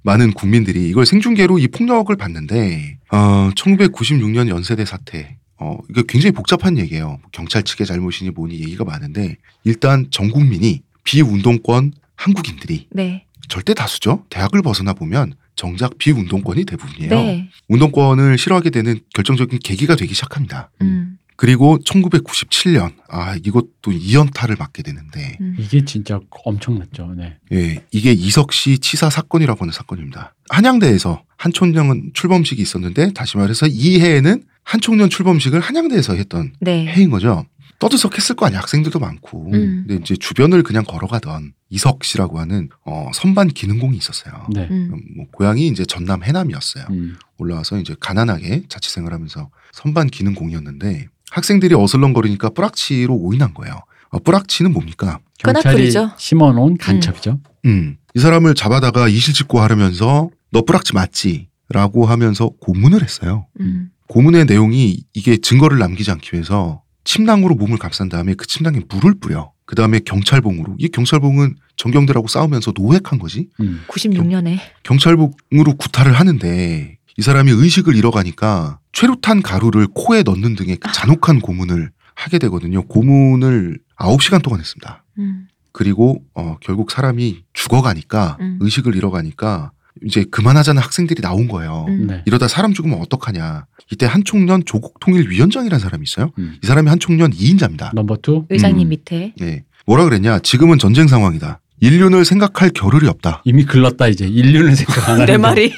많은 국민들이 이걸 생중계로 이 폭력을 봤는데 어, 1996년 연세대 사태 어, 이게 굉장히 복잡한 얘기예요. 경찰 측의 잘못이니 뭐니 얘기가 많은데 일단 전 국민이 비운동권 한국인들이 네. 절대 다수죠. 대학을 벗어나 보면 정작 비운동권이 음. 대부분이에요. 네. 운동권을 싫어하게 되는 결정적인 계기가 되기 시작합니다. 음. 그리고 1997년 아 이것도 이연타를 맞게 되는데 음. 이게 진짜 엄청났죠. 네. 예, 이게 이석 씨 치사 사건이라고 하는 사건입니다. 한양대에서 한총련 출범식이 있었는데 다시 말해서 이 해에는 한총련 출범식을 한양대에서 했던 네. 해인 거죠. 떠들썩했을 거 아니야 학생들도 많고 음. 근데 이제 주변을 그냥 걸어가던 이석 씨라고 하는 어, 선반 기능공이 있었어요. 네. 음. 음, 뭐 고향이 이제 전남 해남이었어요. 음. 올라와서 이제 가난하게 자취생활 하면서 선반 기능공이었는데 학생들이 어슬렁거리니까 뿌락치로 오인한 거예요. 어, 뿌락치는 뭡니까? 경찰이 끈악플이죠. 심어놓은 간첩이죠. 음, 이 사람을 잡아다가 이실직고 하려면서 너 뿌락치 맞지? 라고 하면서 고문을 했어요. 음. 고문의 내용이 이게 증거를 남기지 않기 위해서 침낭으로 몸을 감싼 다음에 그 침낭에 물을 뿌려. 그 다음에 경찰봉으로. 이 경찰봉은 정경들하고 싸우면서 노획한 거지? 음. 96년에. 경찰복으로 구타를 하는데 이 사람이 의식을 잃어가니까 최루탄 가루를 코에 넣는 등의 그 잔혹한 고문을 하게 되거든요. 고문을 9시간 동안 했습니다. 음. 그리고 어, 결국 사람이 죽어가니까 음. 의식을 잃어가니까 이제 그만하자는 학생들이 나온 거예요. 음. 네. 이러다 사람 죽으면 어떡하냐. 이때 한총련 조국통일위원장이라는 사람이 있어요. 음. 이 사람이 한총련 2인자입니다. 넘버 투 의장님 음. 밑에 네. 뭐라 그랬냐. 지금은 전쟁 상황이다. 인륜을 생각할 겨를이 없다. 이미 글렀다 이제 인륜을 생각 안 하는 내 말이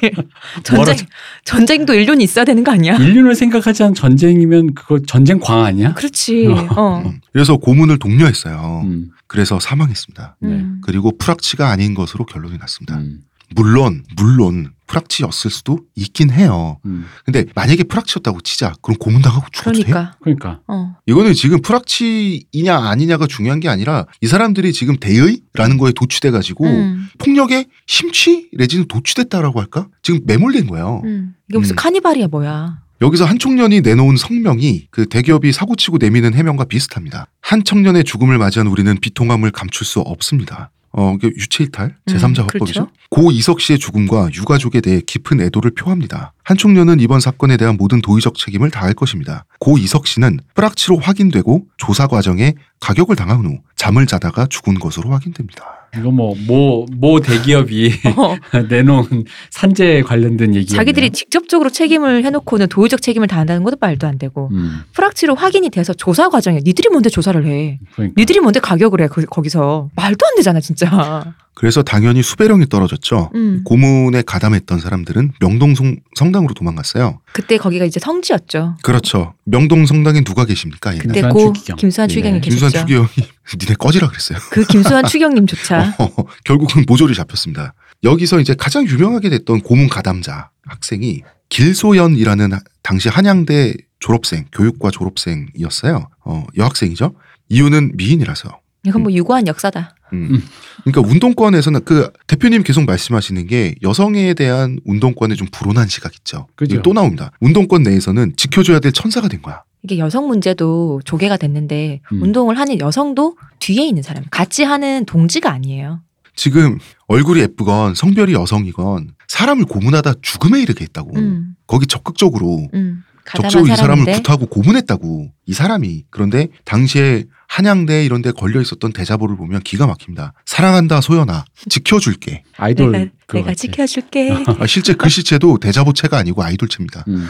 전쟁 뭐라- 전쟁도 일륜이 있어야 되는 거 아니야? 인륜을 생각하지 않은 전쟁이면 그거 전쟁광 아니야? 그렇지. 어. 음. 그래서 고문을 독려했어요. 음. 그래서 사망했습니다. 네. 음. 그리고 프락치가 아닌 것으로 결론이 났습니다. 음. 물론 물론 프락치였을 수도 있긴 해요. 음. 근데 만약에 프락치였다고 치자. 그럼 고문당하고 죽어도 돼요? 그러니까. 그러니까 어. 이거는 지금 프락치이냐 아니냐가 중요한 게 아니라 이 사람들이 지금 대의라는 거에 도취돼 가지고 음. 폭력에 심취 내지는 도취됐다라고 할까? 지금 매몰된 거예요. 음. 이게 무슨 음. 카니발이야 뭐야? 여기서 한 청년이 내놓은 성명이 그 대기업이 사고치고 내미는 해명과 비슷합니다. 한 청년의 죽음을 맞이한 우리는 비통함을 감출 수 없습니다. 어, 이게 유체이탈, 제3자 음, 화법이죠. 그렇죠. 고 이석 씨의 죽음과 유가족에 대해 깊은 애도를 표합니다. 한 청년은 이번 사건에 대한 모든 도의적 책임을 다할 것입니다. 고 이석 씨는 프락치로 확인되고 조사 과정에 가격을 당한 후 잠을 자다가 죽은 것으로 확인됩니다. 이거 뭐 모 모 대기업이 어. 내놓은 산재 관련된 얘기 자기들이 직접적으로 책임을 해놓고는 도의적 책임을 다한다는 것도 말도 안 되고 음. 프락치로 확인이 돼서 조사 과정에 니들이 뭔데 조사를 해? 그러니까 니들이 뭔데 가격을 해 그- 거기서 말도 안 되잖아 진짜. 그래서 당연히 수배령이 떨어졌죠. 음. 고문에 가담했던 사람들은 명동 성- 성당으로 도망갔어요. 그때 거기가 이제 성지였죠. 그렇죠. 명동 성당에 누가 계십니까? 옛날에? 그때 김수환 고 추기경. 김수환 추경이 예. 계셨죠. 김수환 추기형이 니네 꺼지라 그랬어요. 그 김수환 추경님조차 어, 결국은 모조리 잡혔습니다. 여기서 이제 가장 유명하게 됐던 고문 가담자 학생이 길소연이라는 하- 당시 한양대 졸업생, 교육과 졸업생이었어요. 어, 여학생이죠. 이유는 미인이라서. 이건 뭐 유구한 역사다. 음. 그러니까 운동권에서는 그 대표님 계속 말씀하시는 게 여성에 대한 운동권에 좀 불온한 시각 있죠. 그죠. 이게 또 나옵니다. 운동권 내에서는 지켜줘야 될 천사가 된 거야. 이게 여성 문제도 조개가 됐는데 음. 운동을 하는 여성도 뒤에 있는 사람, 같이 하는 동지가 아니에요. 지금 얼굴이 예쁘건 성별이 여성이건 사람을 고문하다 죽음에 이르게 했다고. 음, 거기 적극적으로 음. 적재로 이 가담한 사람을 사람인데 구타하고 고문했다고 이 사람이 그런데 당시에 한양대 이런 데 걸려 있었던 대자보를 보면 기가 막힙니다. 사랑한다 소연아 지켜줄게. 아이돌 내가 그거 내가 같아. 지켜줄게. 아, 실제 그 시체도 대자보체가 아니고 아이돌체입니다. 음.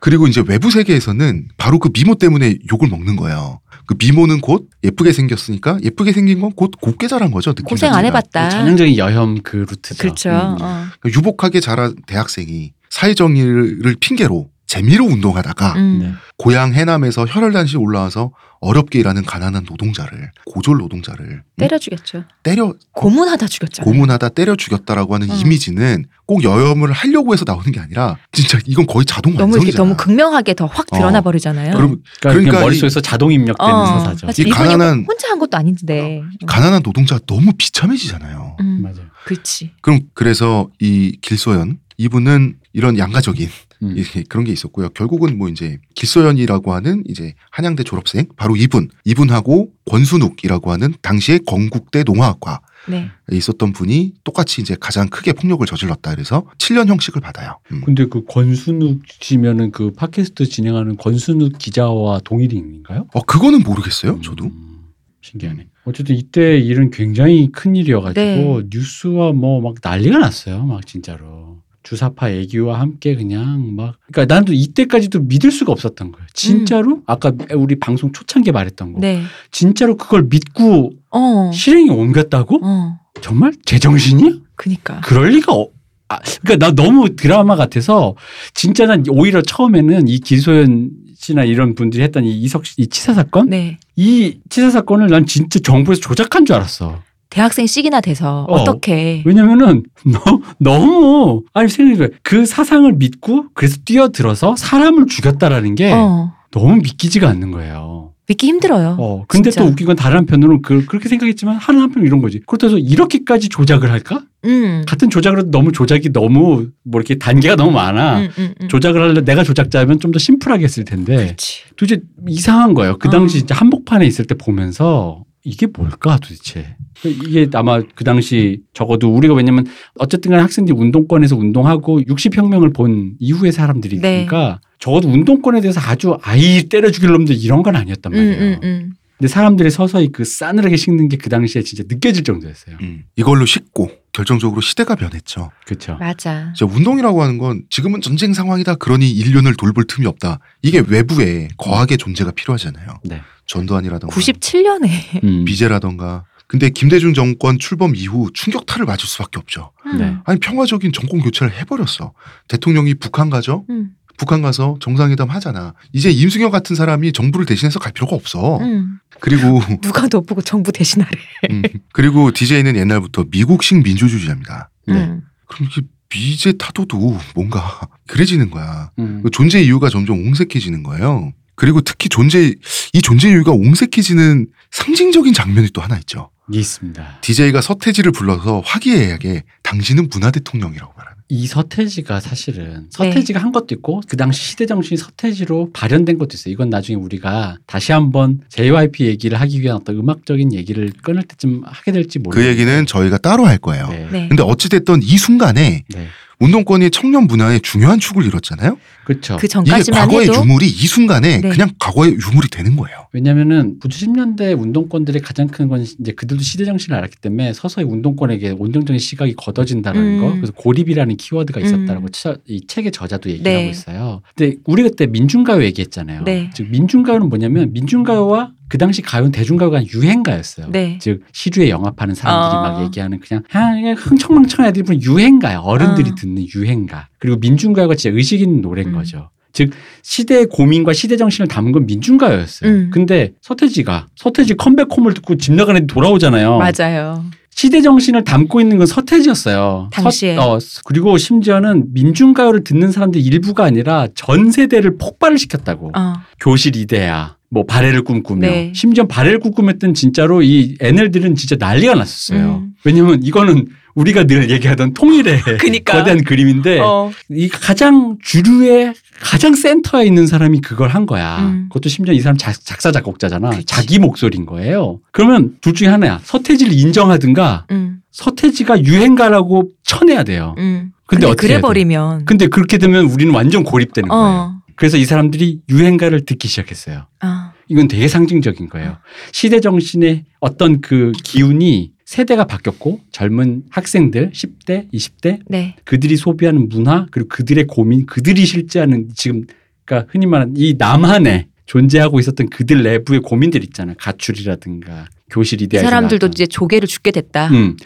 그리고 이제 외부 세계에서는 바로 그 미모 때문에 욕을 먹는 거예요. 그 미모는 곧 예쁘게 생겼으니까 예쁘게 생긴 건 곧 곱게 자란 거죠. 느낌 고생 안 자체가. 해봤다. 전형적인 여혐 그 루트죠. 그렇죠. 음. 어. 그러니까 유복하게 자란 대학생이 사회정의를 핑계로 재미로 운동하다가 음. 네. 고향 해남에서 혈혈단시 올라와서 어렵게 일하는 가난한 노동자를 고졸 노동자를 뭐 때려 죽였죠. 때려 고문하다 죽였잖아요. 고문하다 때려 죽였다라고 하는 어. 이미지는 꼭 여염을 하려고 해서 나오는 게 아니라 진짜 이건 거의 자동 너무 이렇게 완성이잖아. 어. 너무 극명하게 더 확 드러나 버리잖아요. 음. 그럼 그러니까, 그냥 그러니까 이- 머릿속에서 자동 입력되는 어. 서사죠. 사실 이 이분이 가난한- 어, 혼자 한 것도 아닌데. 가난한 노동자 너무 비참해지잖아요. 음, 맞아요. 그렇지. 그럼 그래서 이 길소연 이분은 이런 양가적인 음. 이렇게 그런 게 있었고요. 결국은 뭐 이제 길소연이라고 하는 이제 한양대 졸업생 바로 이분 이분하고 권순욱이라고 하는 당시에 건국대 농화학과 네. 있었던 분이 똑같이 이제 가장 크게 폭력을 저질렀다 그래서 7년 형식을 받아요. 음. 근데 그 권순욱 씨면은 그 팟캐스트 진행하는 권순욱 기자와 동일인인가요? 어 그거는 모르겠어요. 저도 음, 신기하네. 어쨌든 이때 일은 굉장히 큰 일이어가지고 네. 뉴스와 뭐 막 난리가 났어요. 막 진짜로 주사파 애기와 함께 그냥 막 그러니까 나도 이때까지도 믿을 수가 없었던 거예요. 진짜로 아까 우리 방송 초창기에 말했던 음. 뭐. 거. 네. 진짜로 그걸 믿고 어. 실행이 옮겼다고? 어. 정말 제정신이야? 그니까. 그럴 리가 없. 아, 그러니까 나 너무 드라마 같아서 진짜 난 오히려 처음에는 이 기소연 씨나 이런 분들이 했던 이 이석 씨- 이 치사 사건 네. 이 치사 사건을 난 진짜 정부에서 조작한 줄 알았어. 대학생 시기나 돼서 어. 어. 떻게 왜냐면은 너, 너무 아니 생각해 그 사상을 믿고 그래서 뛰어들어서 사람을 죽였다라는 게 어. 너무 믿기지가 않는 거예요. 믿기 힘들어요. 어, 근데 진짜. 또 웃긴 건 다른 한편으로는 그, 그렇게 생각했지만 하는 한편 이런 거지. 그렇다고 해서 이렇게까지 조작을 할까? 음. 같은 조작으로도 너무 조작이 너무 뭐 이렇게 단계가 너무 많아. 음, 음, 그렇죠. 음. 조작을 하려 내가 조작자면 좀 더 심플하게 했을 텐데 그렇지. 도대체 이상한 거예요. 그 어. 당시 진짜 한복판에 있을 때 보면서 이게 뭘까 도대체. 이게 아마 그 당시 적어도 우리가 왜냐면 어쨌든 간에 학생들이 운동권에서 운동하고 60혁명을 본 이후의 네. 사람들이니까 적어도 운동권에 대해서 아주 아이 때려 죽일 놈들 이런 건 아니었단 음, 그 말이에요. 음, 음. 근데 사람들이 서서히 그 싸늘하게 식는 게 그 당시에 진짜 느껴질 정도였어요. 음, 이걸로 식고 결정적으로 시대가 변했죠. 그렇죠. 맞아. 진짜 운동이라고 하는 건 지금은 전쟁 상황이다 그러니 인륜을 돌볼 틈이 없다. 이게 외부에 거하게 존재가 필요하잖아요. 네. 전두환이라던가 97년에. 음. 미제라던가. 근데 김대중 정권 출범 이후 충격타를 맞을 수밖에 없죠. 네. 아니 평화적인 정권 교체를 해버렸어. 대통령이 북한 가죠. 음. 북한 가서 정상회담 하잖아. 이제 임승혁 같은 사람이 정부를 대신해서 갈 필요가 없어. 음. 그리고 누가 더 보고 정부 대신하래. 음, 그리고 DJ는 옛날부터 미국식 민주주의자입니다. 네. 음. 그럼 이게 미제 타도도 뭔가 그래지는 거야. 음. 그 존재 이유가 점점 옹색해지는 거예요. 그리고 특히 존재 이 존재 이유가 옹색해지는 상징적인 장면이 또 하나 있죠. 있습니다. DJ가 서태지를 불러서 화기애애하게 당신은 문화 대통령이라고 말하는. 이 서태지가 사실은 서태지가 한 것도 있고 그 당시 시대 정신이 서태지로 발현된 것도 있어요. 이건 나중에 우리가 다시 한번 JYP 얘기를 하기 위한 어떤 음악적인 얘기를 끊을 때쯤 하게 될지 그 모르겠어요. 얘기는 저희가 따로 할 거예요. 네. 네. 근데 어찌됐든 이 순간에 네. 운동권이 청년 문화의 중요한 축을 이뤘잖아요. 그렇죠. 그 이게 전까지만 과거의 해도 유물이 이 순간에 네. 그냥 과거의 유물이 되는 거예요. 왜냐면은 90년대 운동권들의 가장 큰 건 이제 그들도 시대 정신을 알았기 때문에 서서히 운동권에게 온정적인 시각이 걷어진다는 음. 거 그래서 고립이라는 키워드가 있었다라고 음. 치- 이 책의 저자도 얘기하고 네. 있어요. 근데 우리 그때 민중가요 얘기했잖아요. 네. 즉 민중가요는 뭐냐면 민중가요와 그 당시 가요는 대중가요가 아니라 유행가였어요. 네. 즉 시류에 영합하는 사람들이 아. 막 얘기하는 그냥 아, 그냥 흥청망청 애들이 부르는 유행가요. 어른들이 아. 듣는 유행가. 그리고 민중가요가 진짜 의식 있는 노래인 음. 거죠. 즉 시대의 고민과 시대 정신을 담은 건 민중가요였어요. 음. 근데 서태지가 서태지 컴백홈을 듣고 집 나가는 데 돌아오잖아요. 맞아요. 시대 정신을 담고 있는 건 서태지였어요. 서- 당시에. 어, 그리고 심지어는 민중가요를 듣는 사람들 일부가 아니라 전 세대를 폭발을 시켰다고. 어. 교실 이대야. 뭐 발해를 꿈꾸며 네. 심지어 발해를 꿈꾸했던 진짜로 이 애널들은 진짜 난리가 났었어요. 음. 왜냐면 이거는 우리가 늘 얘기하던 통일의 그니까. 거대한 그림인데 어. 이 가장 주류의 가장 센터에 있는 사람이 그걸 한 거야. 음. 그것도 심지어 이 사람 작, 작사 작곡자잖아. 그치. 자기 목소리인 거예요. 그러면 둘 중에 하나야. 서태지를 인정하든가 음. 서태지가 유행가라고 쳐내야 돼요. 음. 근데 어떻게 해야 그래 돼? 버리면 근데 그렇게 되면 우리는 완전 고립되는 거예요. 어. 그래서 이 사람들이 유행가를 듣기 시작했어요. 아. 이건 되게 상징적인 거예요. 시대 정신의 어떤 그 기운이 세대가 바뀌었고 젊은 학생들 10대, 20대 네. 그들이 소비하는 문화 그리고 그들의 고민, 그들이 실제하는 지금 그러니까 흔히 말하는 이 남한에 존재하고 있었던 그들 내부의 고민들 있잖아요. 가출이라든가 교실 이 이데아 사람들도 이제 조개를 죽게 됐다. 음.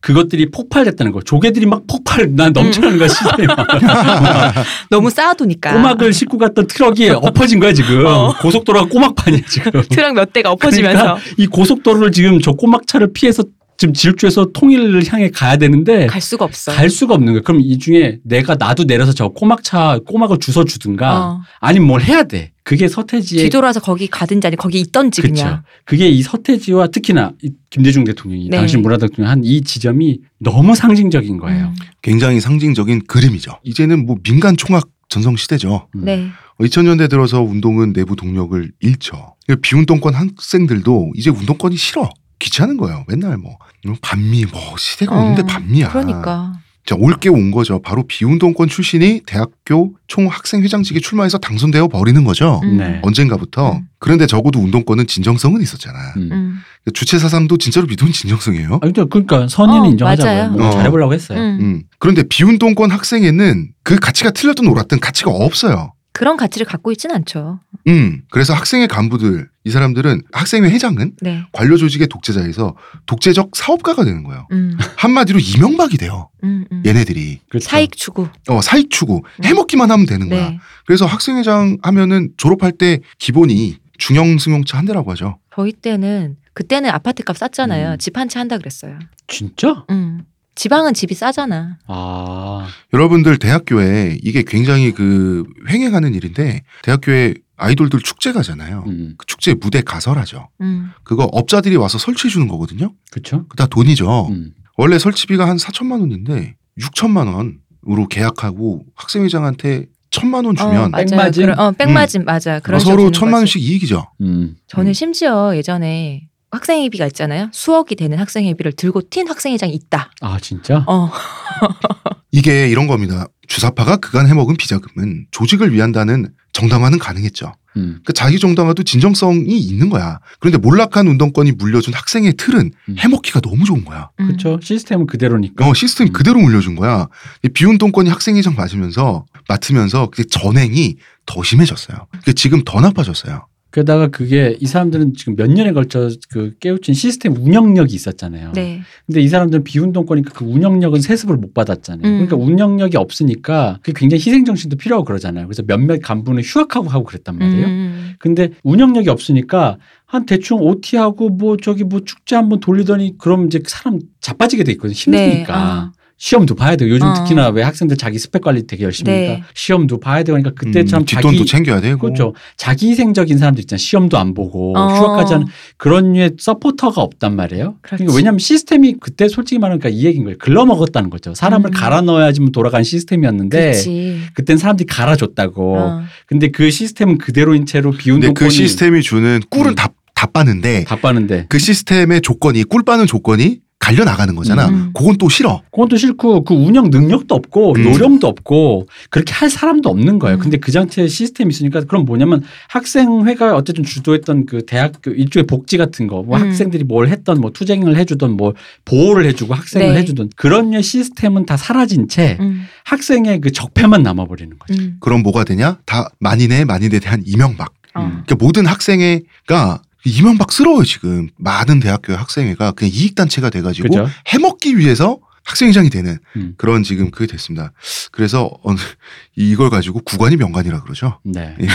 그것들이 폭발됐다는 거예요. 조개들이 막 폭발, 난 넘쳐나는 거야, 음. 시대에. 막. 너무 쌓아두니까. 꼬막을 싣고 갔던 트럭이 엎어진 거야, 지금. 그러니까. 어. 고속도로가 꼬막판이야, 지금. 트럭 몇 대가 엎어지면서 그러니까 이 고속도로를 지금 저 꼬막차를 피해서 지금 질주해서 통일을 향해 가야 되는데 갈 수가 없어. 갈 수가 없는 거예요. 그럼 이 중에 내가 나도 내려서 저 꼬막차 꼬막을 주워 주든가 어. 아니면 뭘 해야 돼. 그게 서태지의 뒤돌아서 거기 가든지 아니 거기 있던지 그쵸. 그냥. 그게 이 서태지와 특히나 이 김대중 대통령이 네. 당시 문화 대통령 한 이 지점이 너무 상징적인 음. 거예요. 굉장히 상징적인 그림이죠. 이제는 뭐 민간 총학 전성 시대죠. 음. 네. 2000년대 들어서 운동은 내부 동력을 잃죠. 그러니까 비운동권 학생들도 이제 운동권이 싫어. 귀찮은 거예요. 맨날 뭐 이런 반미 뭐 시대가 어, 오는데 반미야. 그러니까. 자, 올게 온 거죠. 바로 비운동권 출신이 대학교 총학생회장직에 출마해서 당선되어 버리는 거죠. 음. 네. 언젠가부터. 음. 그런데 적어도 운동권은 진정성은 있었잖아. 그러니까 음. 음. 주체 사상도 진짜로 믿은 진정성이에요. 아, 근데 그러니까 선인은 어, 인정하자고요. 맞아요. 뭐 어. 잘해보려고 했어요. 음. 음. 그런데 비운동권 학생에는 그 가치가 틀렸든 옳았든 가치가 없어요. 그런 가치를 갖고 있진 않죠. 음. 그래서 학생회 간부들, 이 사람들은 학생회 회장은 네. 관료 조직의 독재자에서 독재적 사업가가 되는 거예요. 음. 한마디로 이명박이 돼요. 음. 음. 얘네들이. 그렇죠. 사익 추구. 어, 사익 추구. 해먹기만 하면 되는 거야. 네. 그래서 학생회장 하면은 졸업할 때 기본이 중형 승용차 한 대라고 하죠. 저희 때는 그때는 아파트 값 쌌잖아요. 음. 집 한 채 한다 그랬어요. 진짜? 음. 지방은 집이 싸잖아. 아. 여러분들 대학교에 이게 굉장히 그 횡행하는 일인데 대학교에 아이돌들 축제 가잖아요. 음. 그 축제 무대 가설하죠. 음. 그거 업자들이 와서 설치해 주는 거거든요. 그렇죠. 그다 돈이죠. 음. 원래 설치비가 한 4천만 원인데 6천만 원으로 계약하고 학생회장한테 천만 원 주면 맞아요. 백마진? 그런- 어, 백마진 맞아. 그런 식으로 서로 주는 천만 거지. 원씩 이익이죠. 음. 저는 음. 심지어 예전에 학생회비가 있잖아요. 수억이 되는 학생회비를 들고 튄 학생회장이 있다. 아 진짜? 어. 이게 이런 겁니다. 주사파가 그간 해먹은 비자금은 조직을 위한다는 정당화는 가능했죠. 음, 그 자기 정당화도 진정성이 있는 거야. 그런데 몰락한 운동권이 물려준 학생의 틀은 음. 해먹기가 너무 좋은 거야. 음. 그렇죠. 시스템은 그대로니까. 어, 시스템 음. 그대로 물려준 거야. 이 비운동권이 학생회장 맞으면서 맡으면서 그 전행이 더 심해졌어요. 그게 지금 더 나빠졌어요. 게다가 그게 이 사람들은 지금 몇 년에 걸쳐 그 깨우친 시스템 운영력이 있었잖아요. 네. 근데 이 사람들은 비운동권이니까 그 운영력은 세습을 못 받았잖아요. 음. 그러니까 운영력이 없으니까 그게 굉장히 희생정신도 필요하고 그러잖아요. 그래서 몇몇 간부는 휴학하고 하고 그랬단 말이에요. 음. 근데 운영력이 없으니까 한 대충 OT하고 뭐 저기 뭐 축제 한번 돌리더니 그럼 이제 사람 자빠지게 돼 있거든요. 힘드니까. 아. 시험도 봐야 되고 요즘 어. 특히나 왜 학생들 자기 스펙 관리 되게 열심히 네. 하니까 시험도 봐야 되고 하니까 그때처럼 음, 뒷돈도 자기 챙겨야 되고. 그렇죠. 자기 희생적인 사람들 있잖아요. 시험도 안 보고 어. 휴학까지 하는 그런 류의 서포터가 없단 말이에요. 그렇지. 그러니까 왜냐하면 시스템이 그때 솔직히 말하면 그러니까 이 얘기인 거예요. 글러먹었다는 거죠. 사람을 음. 갈아 넣어야지 돌아간 시스템이었는데 그렇지. 그땐 사람들이 갈아줬다고. 어. 근데 그 시스템은 그대로인 채로 근데 비운동권이 그 시스템이 주는 꿀은 음. 다, 다 빠는데 다 빠는데 그 시스템의 조건이 꿀 빠는 조건이 갈려 나가는 거잖아. 음. 그건 또 싫어. 그것도 싫고 그 운영 능력도 없고 음. 노력도 없고 그렇게 할 사람도 없는 거예요. 음. 근데 그 장치에 시스템이 있으니까 그럼 뭐냐면 학생회가 어쨌든 주도했던 그 대학교 일종의 복지 같은 거 뭐 음. 학생들이 뭘 했던 뭐 투쟁을 해주던 뭐 보호를 해주고 학생을 네. 해주던 그런 류의 시스템은 다 사라진 채 음. 학생의 그 적폐만 남아버리는 거죠. 음. 그럼 뭐가 되냐? 다 만인의 만인에 대한 이명박. 어. 음. 그러니까 모든 학생회가 이명박스러워요 지금 많은 대학교 학생회가 그냥 이익단체가 돼가지고 그죠? 해먹기 위해서 학생회장이 되는 음. 그런 지금 그게 됐습니다. 그래서 어, 이걸 가지고 구관이 명관이라 그러죠. 네. 예.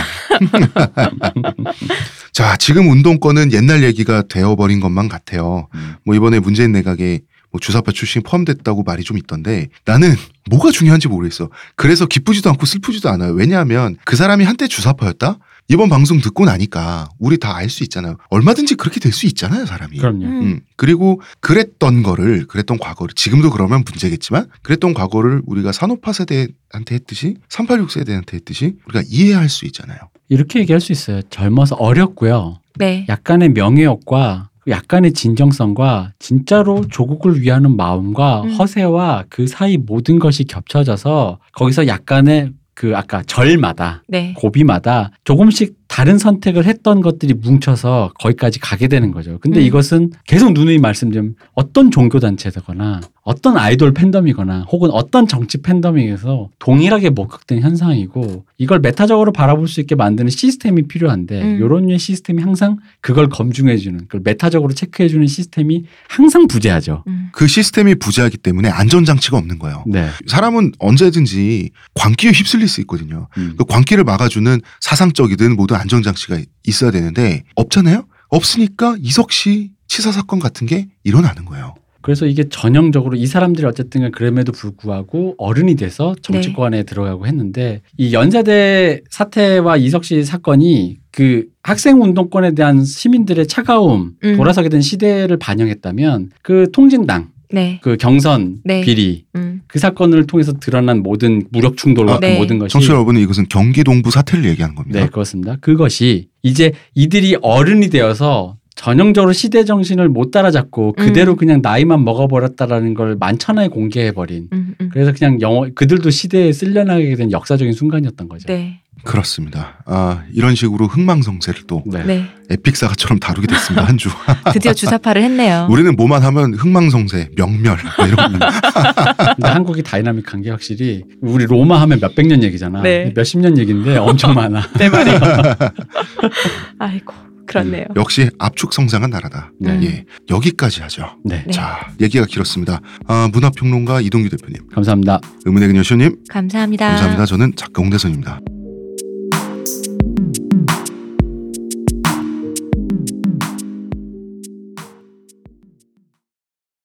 자 지금 운동권은 옛날 얘기가 되어버린 것만 같아요. 음. 뭐 이번에 문재인 내각에 뭐 주사파 출신 이 포함됐다고 말이 좀 있던데 나는 뭐가 중요한지 모르겠어. 그래서 기쁘지도 않고 슬프지도 않아요. 왜냐하면 그 사람이 한때 주사파였다. 이번 방송 듣고 나니까 우리 다 알 수 있잖아요. 얼마든지 그렇게 될 수 있잖아요, 사람이. 그럼요. 음. 음, 그리고 그랬던 거를 그랬던 과거를 지금도 그러면 문제겠지만 그랬던 과거를 우리가 산업화 세대한테 했듯이 386 세대한테 했듯이 우리가 이해할 수 있잖아요. 이렇게 얘기할 수 있어요. 젊어서 어렸고요. 네. 약간의 명예욕과 그 약간의 진정성과 진짜로 조국을 위하는 마음과 음. 허세와 그 사이 모든 것이 겹쳐져서 거기서 약간의 그 아까 절마다 네. 고비마다 조금씩 다른 선택을 했던 것들이 뭉쳐서 거기까지 가게 되는 거죠. 근데 음. 이것은 계속 누누이 말씀드리면 어떤 종교 단체거나 어떤 아이돌 팬덤이거나 혹은 어떤 정치 팬덤에서 동일하게 목격된 현상이고 이걸 메타적으로 바라볼 수 있게 만드는 시스템이 필요한데 음. 요런 류의 시스템이 항상 그걸 검증해 주는 그걸 메타적으로 체크해 주는 시스템이 항상 부재하죠. 음. 그 시스템이 부재하기 때문에 안전장치가 없는 거예요. 네. 사람은 언제든지 광기에 휩쓸릴 수 있거든요. 음. 그 광기를 막아주는 사상적이든 모든 안전장치가 있어야 되는데 없잖아요. 없으니까 이석 씨 치사 사건 같은 게 일어나는 거예요. 그래서 이게 전형적으로 이 사람들이 어쨌든 간 그럼에도 불구하고 어른이 돼서 네. 정치권에 들어가고 했는데 이 연세대 사태와 이석 씨 사건이 그 학생 운동권에 대한 시민들의 차가움 음. 돌아서게 된 시대를 반영했다면 그 통진당 네. 그 경선 네. 비리 음. 그 사건을 통해서 드러난 모든 무력 충돌 아, 같은 네. 모든 것이 청취자 여러분은 이것은 경기 동부 사태를 얘기하는 겁니다. 어? 네, 그렇습니다. 그것이 이제 이들이 어른이 되어서 전형적으로 시대 정신을 못 따라잡고 그대로 음. 그냥 나이만 먹어버렸다라는 걸 만천하에 공개해버린 음. 음. 그래서 그냥 영어 그들도 시대에 쓸려나가게 된 역사적인 순간이었던 거죠. 네. 그렇습니다. 아, 이런 식으로 흥망성쇠를 또 네. 네. 에픽사가처럼 다루게 됐습니다. 한 주. 드디어 주사파를 했네요. 우리는 뭐만 하면 흥망성쇠, 명멸 뭐 이런 거. 근데 한국이 다이나믹한 게 확실히 우리 로마 하면 몇백 년 얘기잖아. 네. 몇십 년 얘기인데 엄청 많아. 네 말이요. 아이고 그렇네요. 역시 압축 성장한 나라다. 네. 예. 여기까지 하죠. 네. 네. 자, 얘기가 길었습니다. 아, 문화평론가 이동규 대표님, 감사합니다. 의문의 그녀 쇼님 감사합니다. 감사합니다. 저는 작가 홍대선입니다.